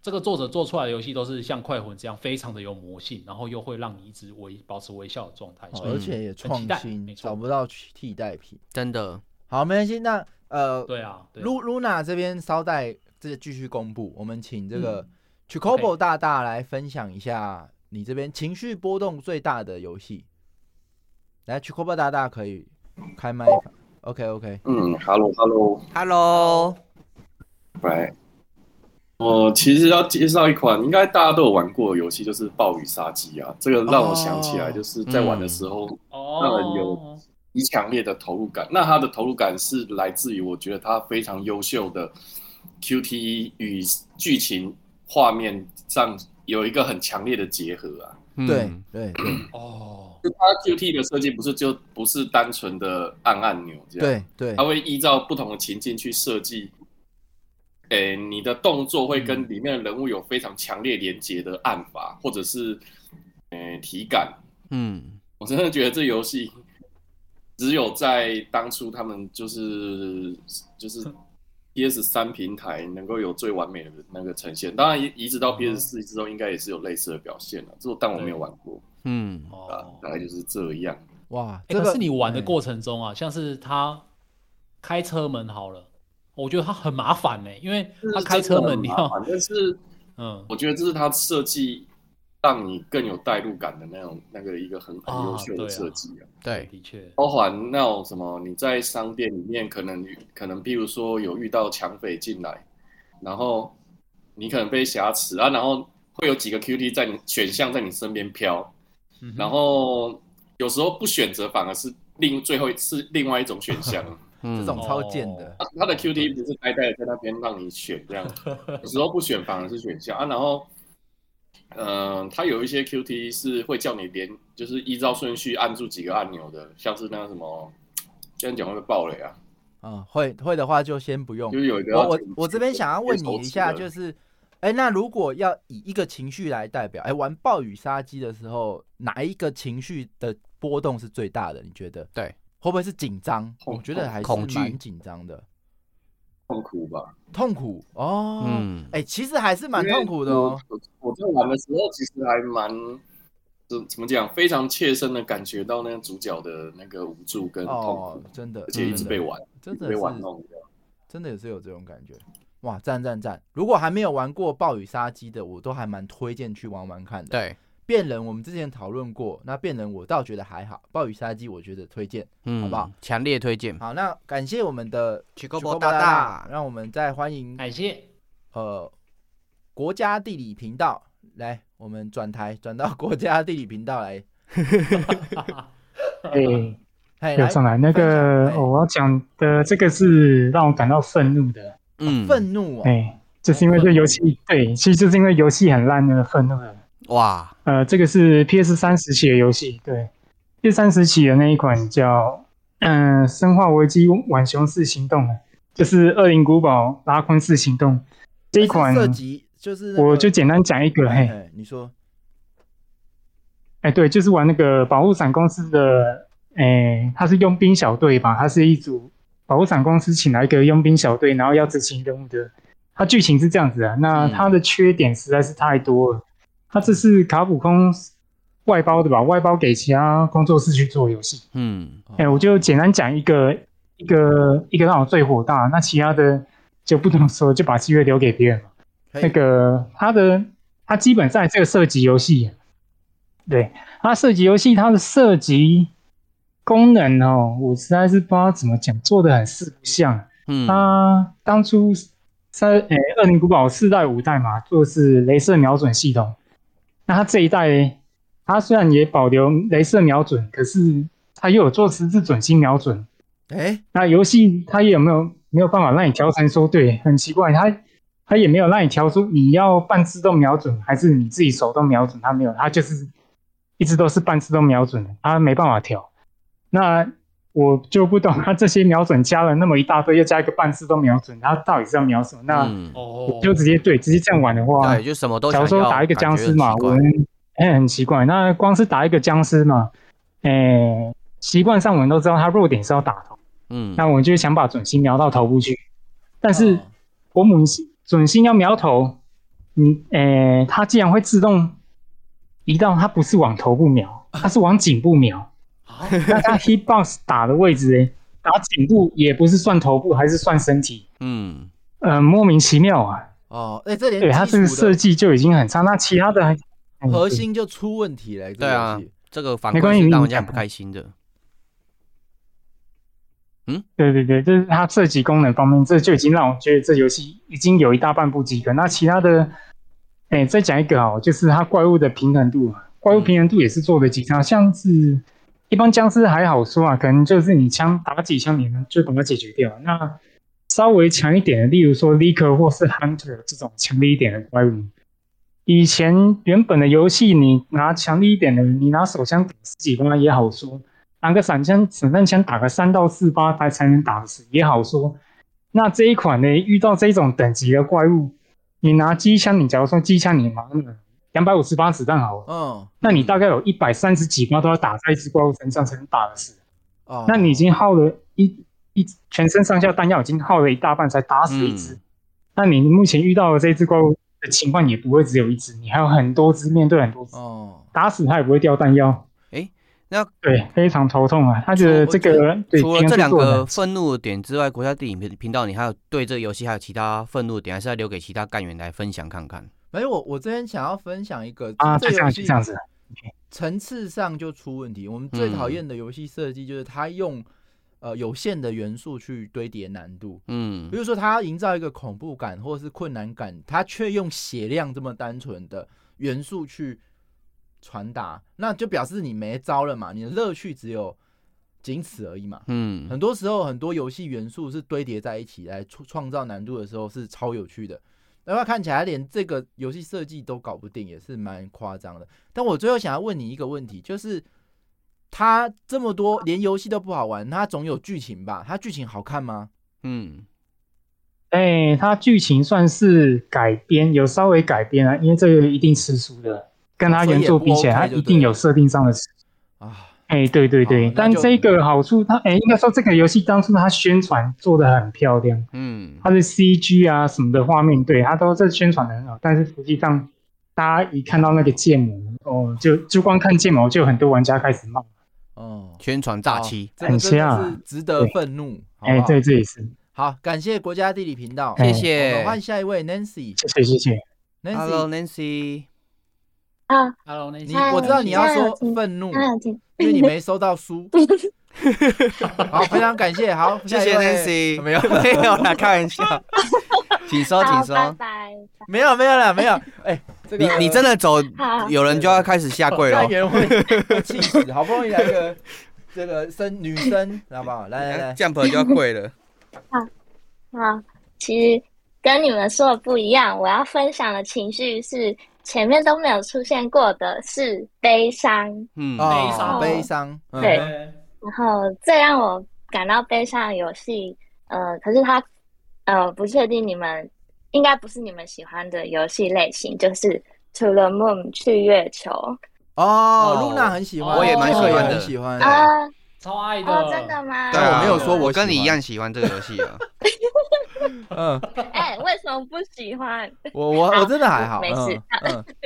这个作者做出来的游戏都是像快魂这样，非常的有魔性，然后又会让你一直微保持微笑的状态，
哦
所以
而且也创
期待
新，
没错
找不到替代品。
真的，
好，没关系，那呃，
对啊，对啊
露露娜这边稍待，这继续公布，我们请这个
嗯
c h i c o b o 大大来分享一下你这边情绪波动最大的游戏。来 c h i c o b o 大大可以开麦吧，OK OK，
嗯，Hello Hello，
Hello，
来，我哦其实要介绍一款应该大家都有玩过的游戏，就是《暴雨杀机》啊。这个让我想起来，
哦
就是在玩的时候让人
哦
有，极强烈的投入感。那它的投入感是来自于我觉得它非常优秀的 QTE 与剧情画面上有一个很强烈的结合啊。
对
嗯
对对
哦，
就它 QT 的设计不是就不是单纯的按按钮这样，
对对
它，会依照不同的情境去设计。诶，你的动作会
嗯
跟里面的人物有非常强烈连接的按法，或者是诶体感。
嗯，
我真的觉得这游戏只有在当初他们就是就是
嗯
PS 三平台能够有最完美的那个呈现。当然移移植
嗯
到 PS 四之后，应该也是有类似的表现了。这但我没有玩过，
嗯，
啊
哦，
大概就是这样。
哇，
欸
这
可
个
是你玩的
哎
过程中啊，像是他开车门好了，我觉得他很麻烦呢、因为他开车门你
<laughs>
要，
反正是
嗯，
我觉得这是它设计让你更有代入感的那种那个一个很很优秀的设计啊。
对，
的确，
包含那种什么，你在商店里面可能可能，譬如说有遇到抢匪进来，然后你可能被挟持啊，然后会有几个 QT 在你选项在你身边飘，
嗯哼
然后有时候不选择反而是另最后一次另外一种选项。啊
嗯
这种超贱的，
哦
他他的 QT 不是呆呆的在那边让你选这样，有时候不选反而是选项啊。然后，嗯、他有一些 QT 是会叫你连，就是依照顺序按住几个按钮的，像是那个什么，这样讲会不会爆雷啊？
嗯，会会的话就先不用
就。是有一个
我我我这边想要问你一下，
是。
就是，哎，那如果要以一个情绪来代表，哎，玩暴雨杀机的时候，哪一个情绪的波动是最大的？你觉得？
对，
会不会是紧张？
恐
我觉得还是
恐惧
蛮紧张的，
痛苦吧，
痛苦哦。
嗯，
哎，其实还是蛮痛苦的哦。
因为我。我在玩的时候其实还蛮，怎怎么讲，非常切身的感觉到那个主角的那个无助跟痛苦，
哦，真的，
而且一直
真的
被玩，
真的
被玩
是
弄掉。
真的也是有这种感觉。哇，赞赞赞！如果还没有玩过暴雨杀机的，我都还蛮推荐去玩玩看的。
对，
变人我们之前讨论过，那变人我倒觉得还好，暴雨杀机我觉得推荐。
嗯，啊
好不好？
强烈推荐，
好，那感谢我们的
去勾
Chocobo
大
大
大，
让我们再欢迎
感谢
呃国家地理频道来，我们转台转到 <laughs> 国家地理频道来，
哎，
嘿，
有
来
上来那
分
个哦
享哎
我要讲的这个是让我感到愤怒的，
嗯，
愤怒哦，
哎，就是因为这游戏，对，其实就是因为游戏很烂而愤怒的。
哇，
呃，这个是 PS 三时期的游戏，对，PS 三时期的那一款叫，嗯、呃，《生化危机：浣熊式行动》啊，就是《恶灵古堡：拉昆式行动》这一款
还，是涉及就是那个
我就简单讲一个，嘿，
哎你说
哎，对，就是玩那个保护伞公司的，哎，他是佣兵小队吧？他是一组保护伞公司请来一个佣兵小队，然后要执行任务的。它剧情是这样子啊，那
嗯
它的缺点实在是太多了。它这是卡普空外包的吧？外包给其他工作室去做游戏。
嗯，
哎，我就简单讲一个一个一个让我最火大，那其他的就不能说，就把机会留给别人嘛。那
那
个它的它基本上这个射击游戏，对它射击游戏它的射击功能哦，我实在是不知道怎么讲，做的很四不像。
嗯，
啊它当初三诶二零古堡四代五代嘛，做的是镭射瞄准系统，那它这一代它虽然也保留镭射瞄准，可是它又有做十字准心瞄准，
哎
那游戏它也有没有没有办法让你调成说对，很奇怪，它它也没有让你调出你要半自动瞄准还是你自己手动瞄准，它没有，它就是一直都是半自动瞄准的，它没办法调。那我就不懂，它这些瞄准加了那么一大堆，又加一个半自动瞄准，它到底是要瞄什么？那
嗯
哦，
就直接对直接这样玩的话，
对，就什么都
假
想
如
要。
说打一个僵尸嘛，
感觉
我
很奇怪
们哎、很奇怪，那光是打一个僵尸嘛，哎、习惯上我们都知道它弱点是要打头。
嗯，
那我就想把准心瞄到头部去，但是
哦
我母准心要瞄头，你诶，它竟然会自动移到，它不是往头部瞄，它是往颈部瞄。
啊
那它 hitbox 打的位置，诶，哎打颈部也不是算头部，还是算身体，
嗯，
呃，莫名其妙啊！
哦哎，这连
对，它
基础
这个
的
设计就已经很差，那其他的还嗯
核
对
心就出问题了，这个
对啊
游戏，
这个反
没关系
馈是让人
你
家很不
讲
开心的。
对对对，就是它涉及功能方面，这就已经让我觉得这游戏已经有一大半不及格。那其他的，哎，再讲一个哦，就是它怪物的平衡度，啊怪物平衡度也是做的极差，像是一般僵尸还好说啊，可能就是你枪打几枪你能就把它解决掉。那稍微强一点的，例如说 Leaker 或是 Hunter 这种强力一点的怪物，以前原本的游戏你拿强力一点的，你拿手枪打十几发也好说，拿个散枪、散弹枪打个三到四发才才能打死，也好说。那这一款呢，遇到这种等级的怪物，你拿机枪，你假如说机枪你拿两百五十发子弹好了，
嗯
那你大概有一百三十几发都要打在一只怪物身上才能打得死。
哦，
那你已经耗了一一全身上下弹药已经耗了一大半才打死一只，
嗯
那你目前遇到的这只怪物的情况也不会只有一只，你还有很多只面对很多只，
哦，
打死它也不会掉弹药。
诶那
对，非常头痛啊！他觉得这
除
个对
除了这
平衡是
两
做得
个
很
愤怒的点之外，国家地理频频道，你还有对这个游戏还有其他愤怒的点，还是要留给其他干员来分享看看。
没有我我这边想要分享一个
啊，
这
就
个
这
游
样
戏
就这样子，
层次上就出问题。我们最
嗯
讨厌的游戏设计就是它用呃有限的元素去堆叠难度，
嗯
比如说它要营造一个恐怖感或者是困难感，它却用血量这么单纯的元素去传达，那就表示你没招了嘛，你的乐趣只有仅此而已嘛。
嗯
很多时候，很多游戏元素是堆叠在一起来创创造难度的时候是超有趣的。那么看起来连这个游戏设计都搞不定，也是蛮夸张的。但我最后想要问你一个问题，就是它这么多连游戏都不好玩，它总有剧情吧？它剧情好看吗？
嗯
哎，它剧情算是改编，有稍微改编啊，因为这个一定吃书的，跟它原作比起
所以
来，它
也不 OK
一定有设定上的吃书。
啊，
哎，对对
好
对，
那
但
就
这个好处，它哎，应该说这个游戏当初它宣传做的很漂亮，
嗯
它的 CG 啊什么的画面，对它都是宣传的很好，但是实际上大家一看到那个建模，哦，就就光看建模，就有很多玩家开始骂。
哦，
宣传诈欺，
这个真的是
很
值得
对
愤怒，好不
哎，
好？
对，这也是，
好，感谢国家地理频道，
谢
我
哎
谢
们。换下一位 Nancy，Nancy，
谢谢谢谢。
Hello Nancy，
啊，
嗯
，Hello，那
你
嗨
我知道你要
大家
说
有听
愤怒，
当然有听，
因为你没收到
<laughs>
书。好，非常感谢，好，
谢
下一
谢
位
Nancy，
没有 <laughs>
没有啦，开玩
<laughs>
笑，请说请
好，拜
说。
拜。
没有没有了，没有，哎，这
你
个
你真的哦走
好，
有人就要开始下跪了
干。员会会气死，好不容易来个这个生女生，知道不好？来来来，
降婆就要跪了。
啊，其实跟你们说的不一样，我要分享的情绪是前面都没有出现过的，是悲伤。
嗯
哦
悲伤
悲伤，嗯
对然后最让我感到悲伤的游戏，呃，可是它呃不确定你们应该不是你们喜欢的游戏类型，就是《To the Moon》去月球
哦，露娜很喜欢，
我也蛮喜
Jack
欢的
也很喜欢。
啊
超爱的，
哦，真的吗？
对啊我没有说我
我跟你
喜欢
一样喜欢这个游戏
<laughs>
啊。
嗯，
哎，为什么不喜欢？
我我我真的还好，
没事
嗯，嗯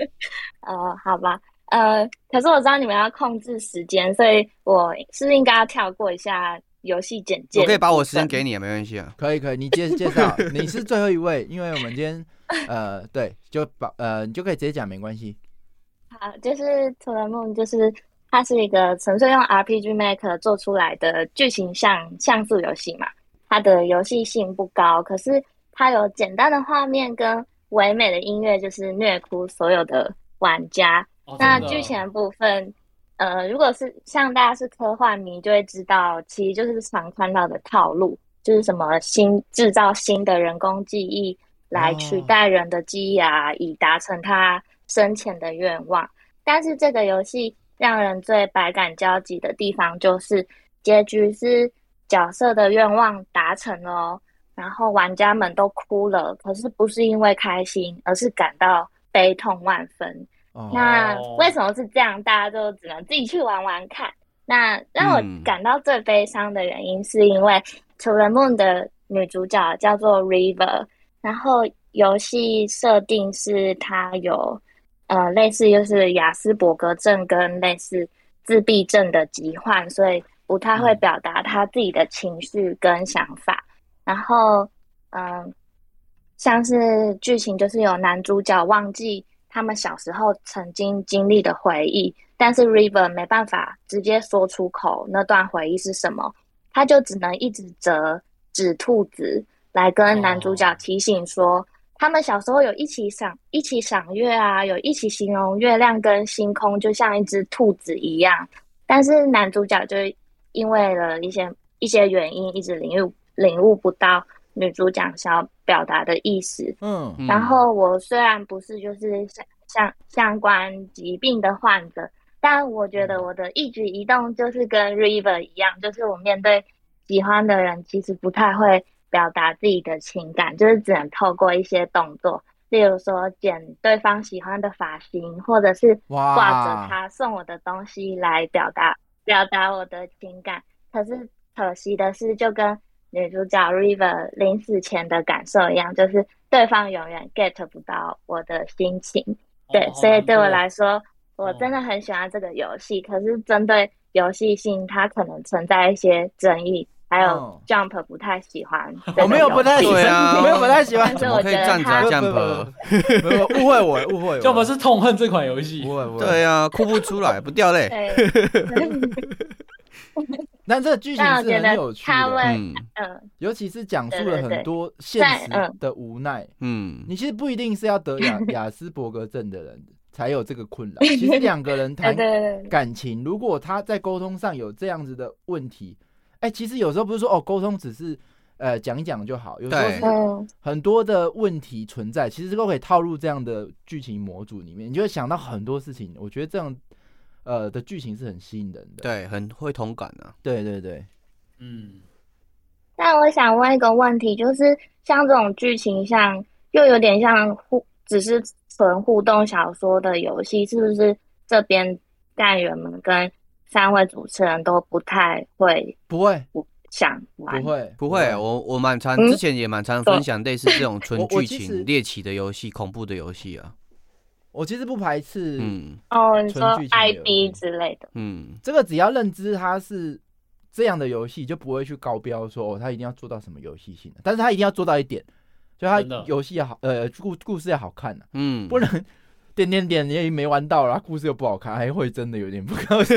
呃，好吧，呃，可是我知道你们要控制时间，所以我是不是应该要跳过一下游戏简介？
我可以把我时间给你啊，没关系啊。
可以可以，你介介绍，你是最后一位，因为我们今天呃，对，就把呃，你就可以直接讲，没关系。
好，就是《To the Moon》，就是它是一个纯粹用 RPG Maker 做出来的剧情像像素游戏嘛。它的游戏性不高，可是它有简单的画面跟唯美的音乐，就是虐哭所有的玩家。
哦
那
真的
剧情的部分，呃，如果是像大家是科幻迷，就会知道，其实就是常看到的套路，就是什么新制造新的人工记忆
哦
来取代人的记忆啊，以达成他生前的愿望。但是这个游戏让人最百感交集的地方，就是结局是角色的愿望达成了哦，然后玩家们都哭了，可是不是因为开心，而是感到悲痛万分。
哦，
那为什么是这样？大家就只能自己去玩玩看。那让我
嗯
感到最悲伤的原因，是因为《To the Moon》的女主角叫做 River，然后游戏设定是她有呃类似就是雅斯伯格症跟类似自闭症的疾患，所以不太会表达她自己的情绪跟想法。然后，嗯、像是剧情就是有男主角忘记他们小时候曾经经历的回忆，但是 River 没办法直接说出口那段回忆是什么，他就只能一直折纸兔子来跟男主角
哦
提醒说，他们小时候有一起赏一起赏月啊，有一起形容月亮跟星空，就像一只兔子一样。但是男主角就因为了一些一些原因，一直领悟领悟不到女主角想要表达的意思。
嗯
嗯
然后我虽然不是就是相相相关疾病的患者，但我觉得我的一举一动就是跟 River 一样，就是我面对喜欢的人，其实不太会表达自己的情感，就是只能透过一些动作，例如说剪对方喜欢的发型，或者是
哇
挂着他送我的东西来表达表达我的情感。可是可惜的是，就跟女主角 River 临死前的感受一样，就是对方永远 get 不到我的心情。
哦
对，所以对
哦
我来，说，我
嗯
真的很喜欢这个游戏。可是针对游戏性，它可能存在一些争议，还有
哦
Jump 不太喜
<laughs>
欢这个游戏。
我没有不太喜
对
欢，
啊
我没有不太喜欢
但，
怎
是
么
我
可
觉
以
得
站着
他
啊，
不
酱
不
婆？
没有误会我，误会我，
就不是痛恨这款游戏
误，会我，
对啊，哭不出来，不掉泪。
<laughs>
<laughs> 对，嗯
但这个剧情
但我
是
觉
很
得
有趣
他
的，
会
嗯
嗯，
尤其是讲述
对
了
对
很
对
多现
但
实
嗯
的无奈。
嗯，
你其实不一定是要得
<laughs>
雅雅斯伯格症的人才有这个困扰。其实两个人
对
谈
对对对，
感情，如果他在沟通上有这样子的问题，哎、其实有时候不是说哦，沟通只是呃讲一讲就好，有时候
对
是
嗯。
很多的问题存在，其实都可以套入这样的剧情模组里面，你就会想到很多事情。我觉得这样呃的剧情是很吸引人的。
对，很会同感啊。
对对对，
嗯，
那我想问一个问题，就是像这种剧情像又有点像互，只是纯互动小说的游戏，是不是这边干员们跟三位主持人都不太会
不会
想
不
玩？
会
不会，我我蛮常
嗯
之前也蛮常分享类似这种纯
啊我我
剧
其实
情猎奇的游戏、恐怖的游戏啊。
我其实不排斥，
嗯
哦，你
纯
说
剧情的游
IB
戏
之类的，
嗯，
这个只要认知它是这样的游戏，就不会去高标说哦，它一定要做到什么游戏性，但是它一定要做到一点，就它
真的
游戏要好，呃，故故事要好看、啊、
嗯，
不能点点点你也没玩到，然后故事又不好看，还会真的有点不高兴。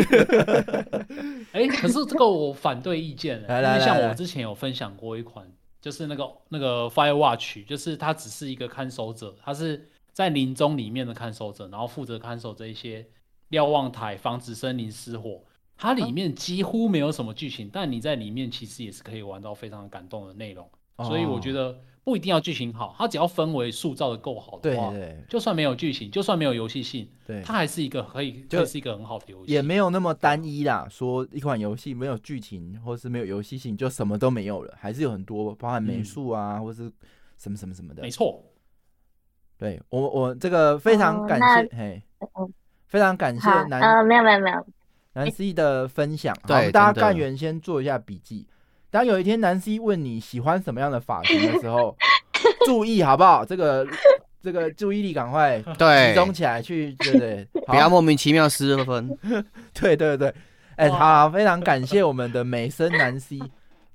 哎，可是这个我反对意见
来
欸，因
<laughs> 来
为像
来
我
来
之前有分享过一款，就是那个那个 Fire Watch，就是它只是一个看守者，它是在林中里面的看守者，然后负责看守这一些瞭望台，防止森林失火。它里面几乎
哦
没有什么剧情，但你在里面其实也是可以玩到非常感动的内容。所以我觉
得
得不一定要剧情好，它只要氛围塑造的够好的
对
话，
对
就算没有剧情，就算没有游戏性，
对，
它还是一个可以，
就
可以是一个很好的游戏。
也没有那么单一啦。说一款游戏没有剧情，或是没有游戏性，就什么都没有了，还是有很多，包含美
嗯
术啊，或是什么什么什么的
没。错，
对我我这个非常
哦
感
那
谢，嘿
嗯，
非常感谢
好，
南
呃，没有没有没有，
南 C 的分享。好，
对
我们大家
真的
干员先做一下笔记。当有一天南 C 问你喜欢什么样的发型的时
<laughs>
候，注意好不好？这个这个注意力赶快集
对，
中起来去，对不对？
不要
好，
莫名其妙失分。
<laughs> 对对对。哎，
哇
好啊，非常感谢我们的美声南 C，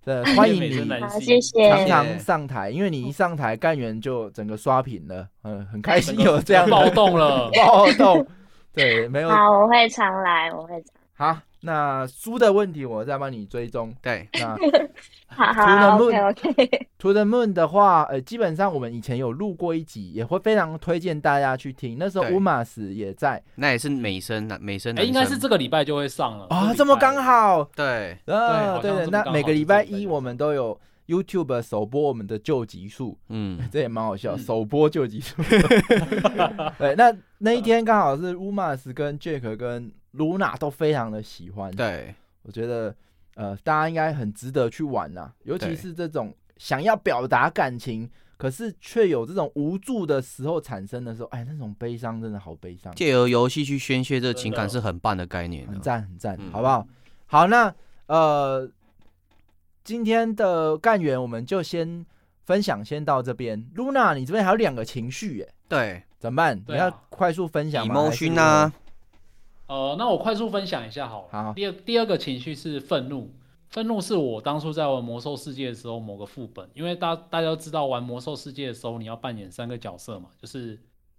对，
<laughs>
欢迎
美声
你
南 C
好，
感谢
谢谢，
常常上台，因为你一上台，干员就整个刷屏了，嗯，很开心有这样的。
暴动了
<laughs> 暴动。对，没有
好，我会常来，我会常
好，那书的问题我再帮你追踪。
对，
<laughs>
那
好好
除了
好
录
，OK OK，
To the Moon 的话，呃，基本上我们以前有录过一集，也会非常推荐大家去听。那时候
对
乌马斯也在
那也是美声男，美声
哎、
男生
应该是这个礼拜就会上了
啊、这么刚。好，
对
呃，
好像这
对
么
对，那
刚好
每个
是
礼
这
拜
个礼拜
一
就
我们都有 YouTube 首播我们的旧集数，
嗯，
这也蛮好笑，
嗯
首播旧集数。 <laughs> 对，那那一天刚好是乌马斯跟 Jack 跟 Luna 都非常的喜欢，
对
我觉得呃，大家应该很值得去玩呐、尤其
对
是这种想要表达感情，可是却有这种无助的时候产生的时候，哎，那种悲伤真的好悲伤，
借由游戏去宣泄这个情感
真的
是很棒的概念
很
的。
赞很赞，
嗯
好不好？好，那呃，今天的干员我们就先分享先到这边。Luna，你这边还有两个情绪耶，
对
怎么办？你
对啊
要快速分享吗
，emotion 啊，，
呃，那我快速分享一下好了。
好
第二第二个情绪是愤怒，愤怒是我当初在玩魔兽世界的时候某个副本，因为大大家都知道玩魔兽世界的时候你要扮演三个角色嘛，就是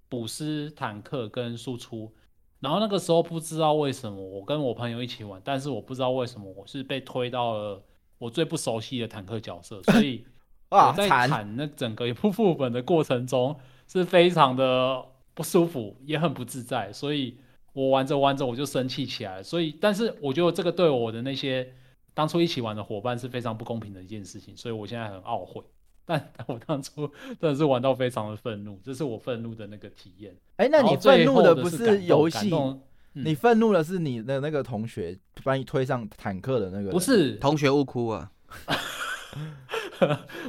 捕师、坦克跟输出。然后那个时候不知道为什么，我跟我朋友一起玩，但是我不知道为什么我是被推到了我最不熟悉的坦克角色，所以
哇，
我在
惨，
砍那整个一部副本的过程中是非常的不舒服，也很不自在，所以我玩着玩着我就生气起来了。所以，但是我觉得这个对我的那些当初一起玩的伙伴是非常不公平的一件事情，所以我现在很懊悔。但但我当初真的是玩到非常的愤怒，这是我愤怒的那个体验。
哎，那
然后
你
最
愤怒
后
的
的
不
是感动
游
感
戏？
动嗯
你愤怒的是你的那个同学把你推上坦克的那个人，
不是
同学勿哭啊，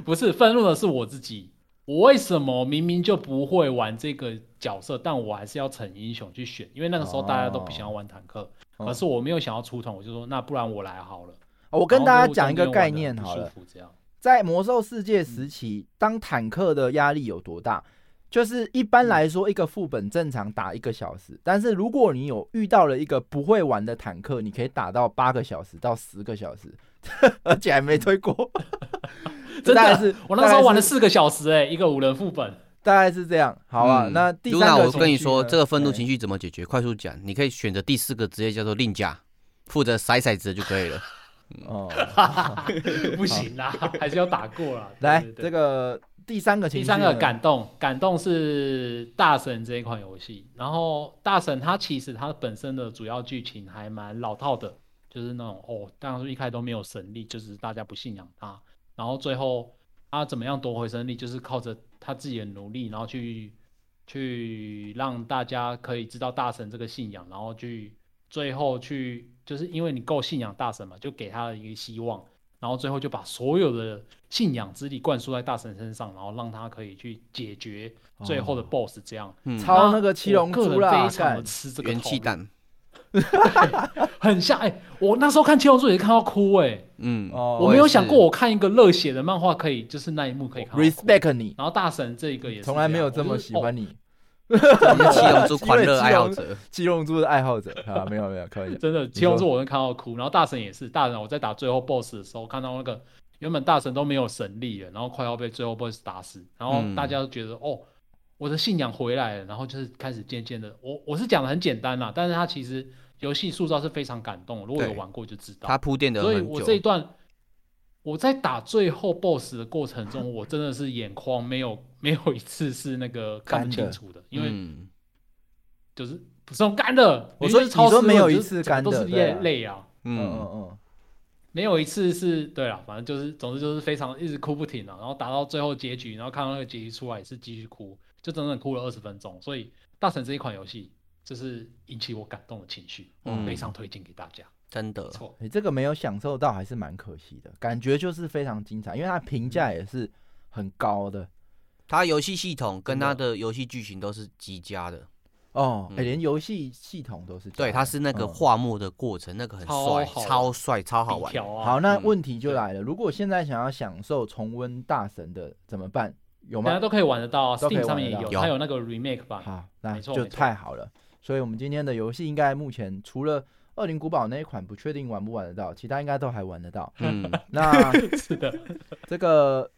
不是愤怒的是我自己，我为什么明明就不会玩这个角色，但我还是要逞英雄去选？因为那个时候大家都不想要玩坦克，
哦
可是我没有想要出头，我就说那不然我来好了。
哦我
我
跟大家讲一个概念好了，，
这样
在魔兽世
嗯
界时期，当坦克的压力有多大？就是一
嗯
般来说，一个副本正常打一个小时，但是如果你有遇到了一个不会玩的坦克，你可以打到八个小时到十个小时， <laughs> 而且还没推过。这
<laughs> 真
大概
的啊
是
我那时候玩
大
了
概是
四个小时、哎，一个五人副本， <laughs>
大概是这样，好
啊
吧？
嗯
那第三
Luna，
个
我跟你说，
哎
这个愤怒情
绪
绪怎么解决？快速讲，你可以选择第四个职业叫做令甲，负责甩骰子就可以了。
呢哦， <laughs>
不行啦，还是要打过啦。对
来
对对
这个第三个情
第
绪
三个
呢
感动，感动是《大神》这一款游戏。然后《大神》它其实它本身的主要剧情还蛮老套的，就是那种哦，当初一开始都没有神力，就是大家不信仰他，然后最后他怎么样夺回神力，就是靠着他自己的努力，然后去去让大家可以知道大神这个信仰，然后去最后去就是因为你够信仰大神嘛，就给他了一个希望，然后最后就把所有的信仰之力灌输在大神身上，然后让他可以去解决最后的 BOSS，这样。
嗯，
超那个七龙
啊我个
珠
人
啦，
非常的
干
吃这个
元气
痛， <laughs>
弹，
很像哎、我那时候看七龙珠也看到哭哎、
嗯，
哦
我没
也
有
是
想过我看一个热血的漫画可以就是那一幕可以看到哭
哦 respect 你，
然后大神这啊个也是
从来没有
样
这
我
么
就是
喜
哦
欢你。
你是七龙
<laughs>
珠狂热爱好者，
七龙珠的爱好者啊，没有没有，开玩笑。
哦真的，
说
七龙珠我能看到哭，然后大神也是，大神我在打最后 BOSS 的时候，看到那个原本大神都没有神力了，然后快要被最后 BOSS 打死，然后
嗯
大家都觉得、哦，我的信仰回来了，然后就是开始渐渐的，我我是讲的很简单啦，但是它其实游戏塑造是非常感动，如果有
对
玩过就知道，
他铺垫的
所以
很
我这一
久，
段我在打最后 BOSS 的过程中，我真的是眼眶没有没有一次是那个看不
干的
清楚的，因为
嗯，
就是不是用干的，
我说
明明就是超
你说
湿
没有
润
一
就是
次
整个
干
都
的
是
对
泪
啊
泪啊。
嗯
嗯，
嗯嗯，
没有一次是对啊，反正就是，总之就是非常一直哭不停啊，然后打到最后结局，然后看到那个结局出来也是继续哭，就整整哭了二十分钟。所以《大神》这一款游戏，就是引起我感动的情绪，
嗯
非常推荐给大家。
真的
没，错，
你这个没有享受到还是蛮可惜的，感觉就是非常精彩，因为它评价也是很高的
它游戏系统跟
真的
它的游戏剧情都是极佳的，
哦，
嗯
诶连游戏系统都是这
对，
样
它是那个
嗯
画墨的过程，那个很
超
帅，
好玩
超帅，超好玩
笔。条啊，
好，那
嗯
问题就
对
来了，如果现在想要享受重温大神的怎么办？有
大家
吗？
都可以玩得到啊
都可以
，Steam
玩
上面也
得
有，
到
它
有
有那个 remake 版。
好，那
没错
就
没错
太好了。所以我们今天的游戏应该目前除了《恶灵古堡》那一款不确定玩不玩得到，其他应该都还玩得到。
嗯，
那
<laughs> 是的，
这个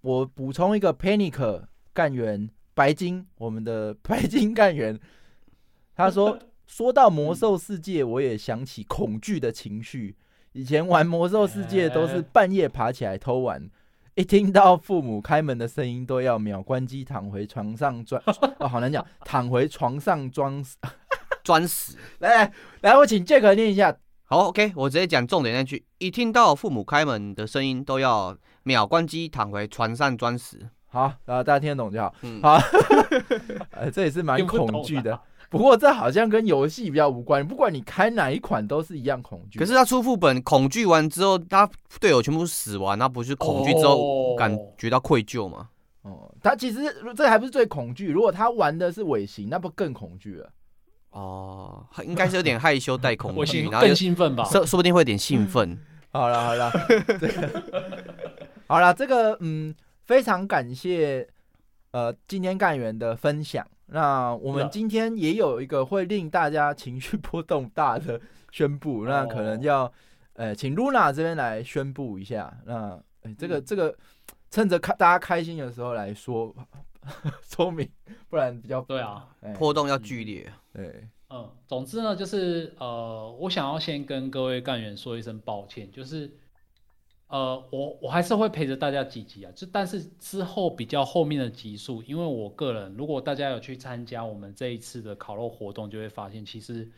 我补充一个 Panic 干员白金，我们的 <laughs> 白金干员，他
<laughs>
说说到魔兽世界，我也想起恐惧的情绪。以前玩魔兽世界都是
哎
半夜爬起来偷玩，一听到父母开门的声音都要秒关机，躺回床上装 <laughs> 哦，好难讲，躺回床上装死。 <laughs>
专死。 <laughs>
来来来，我请 Jack 念一下，
好，OK，我直接讲重点那句，一听到父母开门的声音，都要秒关机，躺回床上装死。
好啊，大家听得懂就好。
嗯
好， <laughs> 呃，这也是蛮
听不懂啊
恐惧的。不过这好像跟游戏比较无关，不管你开哪一款都是一样恐惧。
可是他出副本恐惧完之后，他队友全部死完，他不是恐惧之后
哦
感觉到愧疚吗？
哦，他其实这还不是最恐惧，如果他玩的是尾行，那不更恐惧了？
哦，应该是有点害羞带恐
<laughs> 我
惧，
兴
然后又
更兴奋吧。
说说不定会有点兴奋。
好了
<laughs>
好了，这个好了，这个嗯，非常感谢呃今天干员的分享。那我
是
们
啊
今天也有一个会令大家情绪波动大的宣布，那可能
哦
要呃请 Luna 这边来宣布一下。那、呃这个
嗯
这个趁着开大家开心的时候来说 <laughs> 说明，不然比较
对啊，
哎
波动要剧烈，
对
嗯，总之呢，就是呃，我想要先跟各位干员说一声抱歉，就是呃，我我还是会陪着大家几集啊，就但是之后比较后面的集数，因为我个人如果大家有去参加我们这一次的烤肉活动，就会发现其实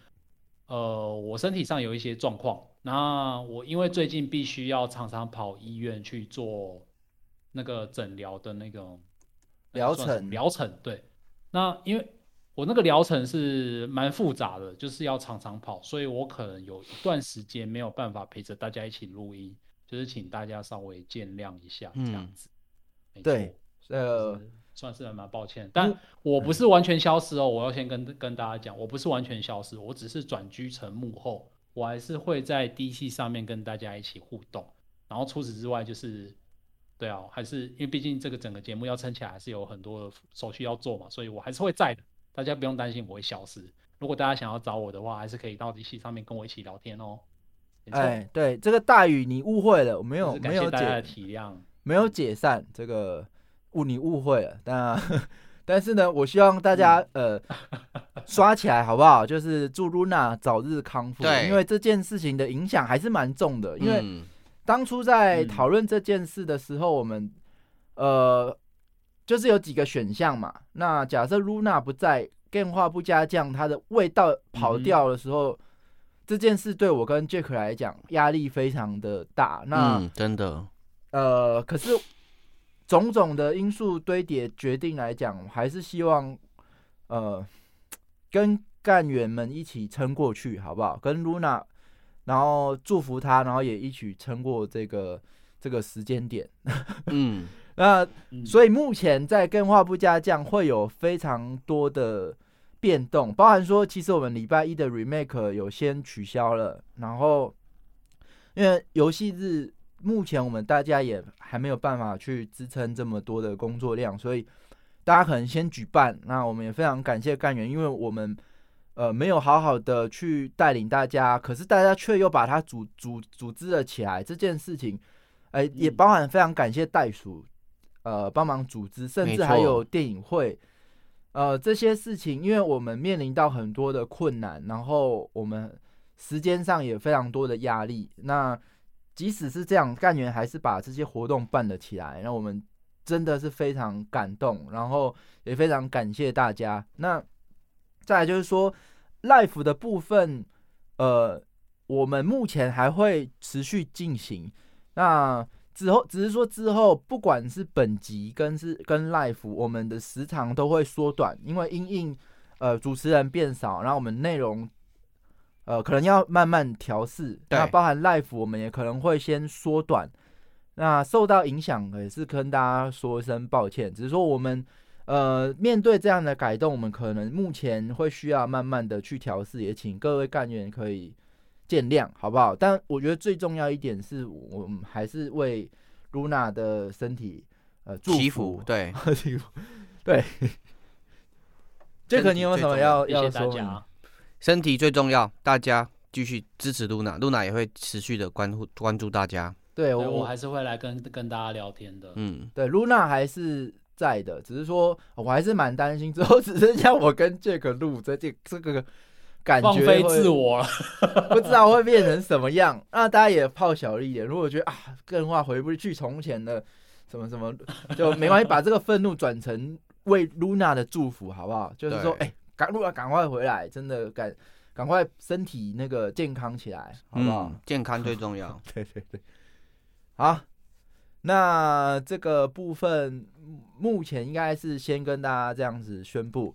呃，我身体上有一些状况，那我因为最近必须要常常跑医院去做那个诊疗的那种那
疗
个算什么
程
疗程对，那因为。我那个疗程是蛮复杂的，就是要常常跑，所以我可能有一段时间没有办法陪着大家一起录音，就是请大家稍微见谅一下这样
嗯
子。没错
对，呃
就，是算是还蛮抱歉，
嗯
但我不是完全消失哦，我要先跟跟大家讲，我不是完全消失，我只是转居成幕后，我还是会在 DC 上面跟大家一起互动。然后除此之外，就是对啊，还是因为毕竟这个整个节目要撑起来，还是有很多的手续要做嘛，所以我还是会在的，大家不用担心我会消失。如果大家想要找我的话，还是可以到 DC 上面跟我一起聊天哦。没错，
哎，对，这个大宇你误会了，我没
没
有
感
没有
谢大家的
解
体谅。
没有解散，这个误你误会了。那但是呢，我希望大家、
嗯
呃刷起来好不好？就是祝露娜早日康复，
对
因为这件事情的影响还是蛮重的。因为
嗯
当初在
嗯
讨论这件事的时候，我们呃就是有几个选项嘛。那假设露娜不在，电话不加酱，它的味道跑
嗯
掉的时候。这件事对我跟 Jack 来讲压力非常的大。那、
嗯，真的，
呃，可是种种的因素堆叠决定来讲，我还是希望呃跟干员们一起撑过去，好不好？跟 Luna，然后祝福她，然后也一起撑过这个这个时间点。
嗯，
那
嗯
所以目前在更化不加酱会有非常多的变动，包含说，其实我们礼拜一的 remake 有先取消了，然后因为游戏日目前我们大家也还没有办法去支撑这么多的工作量，所以大家可能先举办。那我们也非常感谢干员，因为我们呃没有好好的去带领大家，可是大家却又把它组组组织了起来，这件事情。哎、也
嗯
包含非常感谢袋鼠，呃，帮忙组织，甚
没
至还
错
有电影会，呃，这些事情，因为我们面临到很多的困难，然后我们时间上也非常多的压力。那即使是这样，干员还是把这些活动办了起来，那我们真的是非常感动，然后也非常感谢大家。那再来就是说，life 的部分，呃，我们目前还会持续进行。那之后只是说之后，不管是本集跟是跟 live，我们的时长都会缩短，因为因应呃主持人变少，然后我们内容呃可能要慢慢调试。
对
那包含 live，我们也可能会先缩短。那受到影响也是跟大家说一声抱歉，只是说我们呃，面对这样的改动，我们可能目前会需要慢慢的去调试，也请各位干员可以见谅，好不好？但我觉得最重要一点是，我们还是为露娜的身体呃祝
祈
福
福，，对，
祈福，对。 <laughs> 这个你有没有什么要
谢谢
要
大
说
家
的？。
身体最重要，大家继续支持露娜，露娜也会持续的关注关注大家。
对
对，
我
我还是会来跟跟大家聊天的。
嗯，
对露娜还是在的，只是说我还是蛮担心，之后只 <laughs> 剩下我跟 Jack 录这这这个感觉
放飞
会
自我了，
<laughs> 不知道会变成什么样。那大家也泡小了一点，如果觉得啊，更话回不去从前的什么什么，就没关系，把这个愤怒转成为露娜的祝福，好不好？就是说，
对
哎，赶露娜赶快回来，真的赶赶快身体那个健康起来，好不好？
嗯，健康最重
<laughs>
要。
<laughs> 对对对，好。那这个部分嗯目前应该是先跟大家这样子宣布。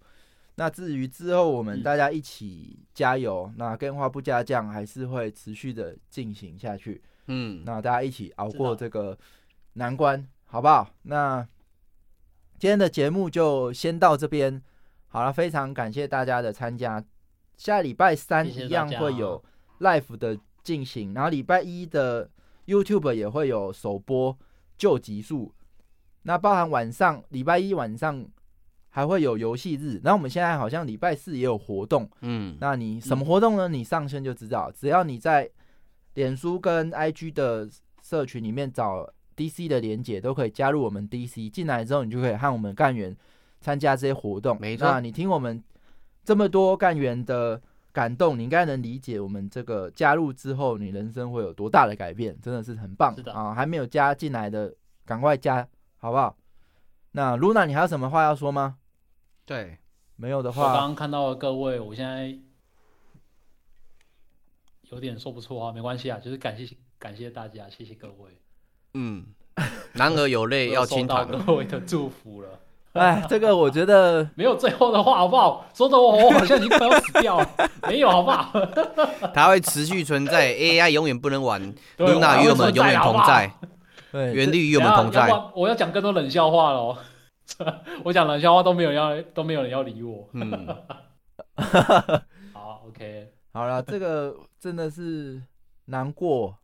那至于之后我们
嗯
大家一起加油，那更化不加酱还是会持续的进行下去。
嗯，
那大家一起熬过
知道
这个难关，好不好？那今天的节目就先到这边，好了，非常感谢大家的参加。下礼拜三
谢谢
一
大
样
家
会有 live 的进行，然后礼拜一的 YouTube 也会有首播旧集数，那包含晚上礼拜一晚上还会有游戏日，那我们现在好像礼拜四也有活动，
嗯，
那你什么活动呢？你上线就知道，只要你在脸书跟 IG 的社群里面找 DC 的连结，都可以加入我们 DC。进来之后，你就可以和我们干员参加这些活动。
没错
那你听我们这么多干员的感动，你应该能理解我们这个加入之后，你人生会有多大的改变，真的是很棒
是的
啊！还没有加进来的，赶快加，好不好？那 Luna，你还有什么话要说吗？
对，
没有的
<laughs> 我刚
话，
刚看到了各位，我现在有点说不出话，没关系啊，就是感谢感谢大家，谢谢各位，
嗯， <laughs> 男儿有泪
<laughs> 我
要
收
轻
到
弹。
各位的祝福了。
哎，这个我觉得。
没有最后的话好不好？说的我我好像已经快要死掉了，没有好
<laughs>
不好？
它会持续存在，AI 永远不能玩，
对
露娜与我
我还
们
会存在
永远
好不
同
好
在，
<laughs>
对，
原
这
力与我们同
等一下要
在
不。然我要讲更多冷笑话喽。 <laughs> 我讲冷笑话都没有人要都没有人要理我。
嗯，
好，OK，
好了，这个真的是难过，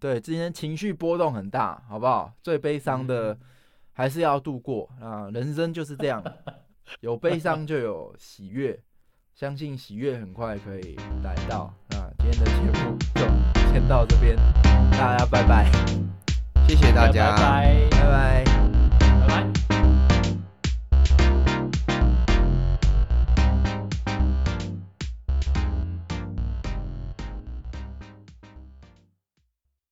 对，今天情绪波动很大，好不好？最悲伤的还是要度过啊，人生就是这样，有悲伤就有喜悦，相信喜悦很快可以来到。那今天的节目就先到这边，大家拜拜，
谢谢大家。
拜拜
拜拜。
拜拜。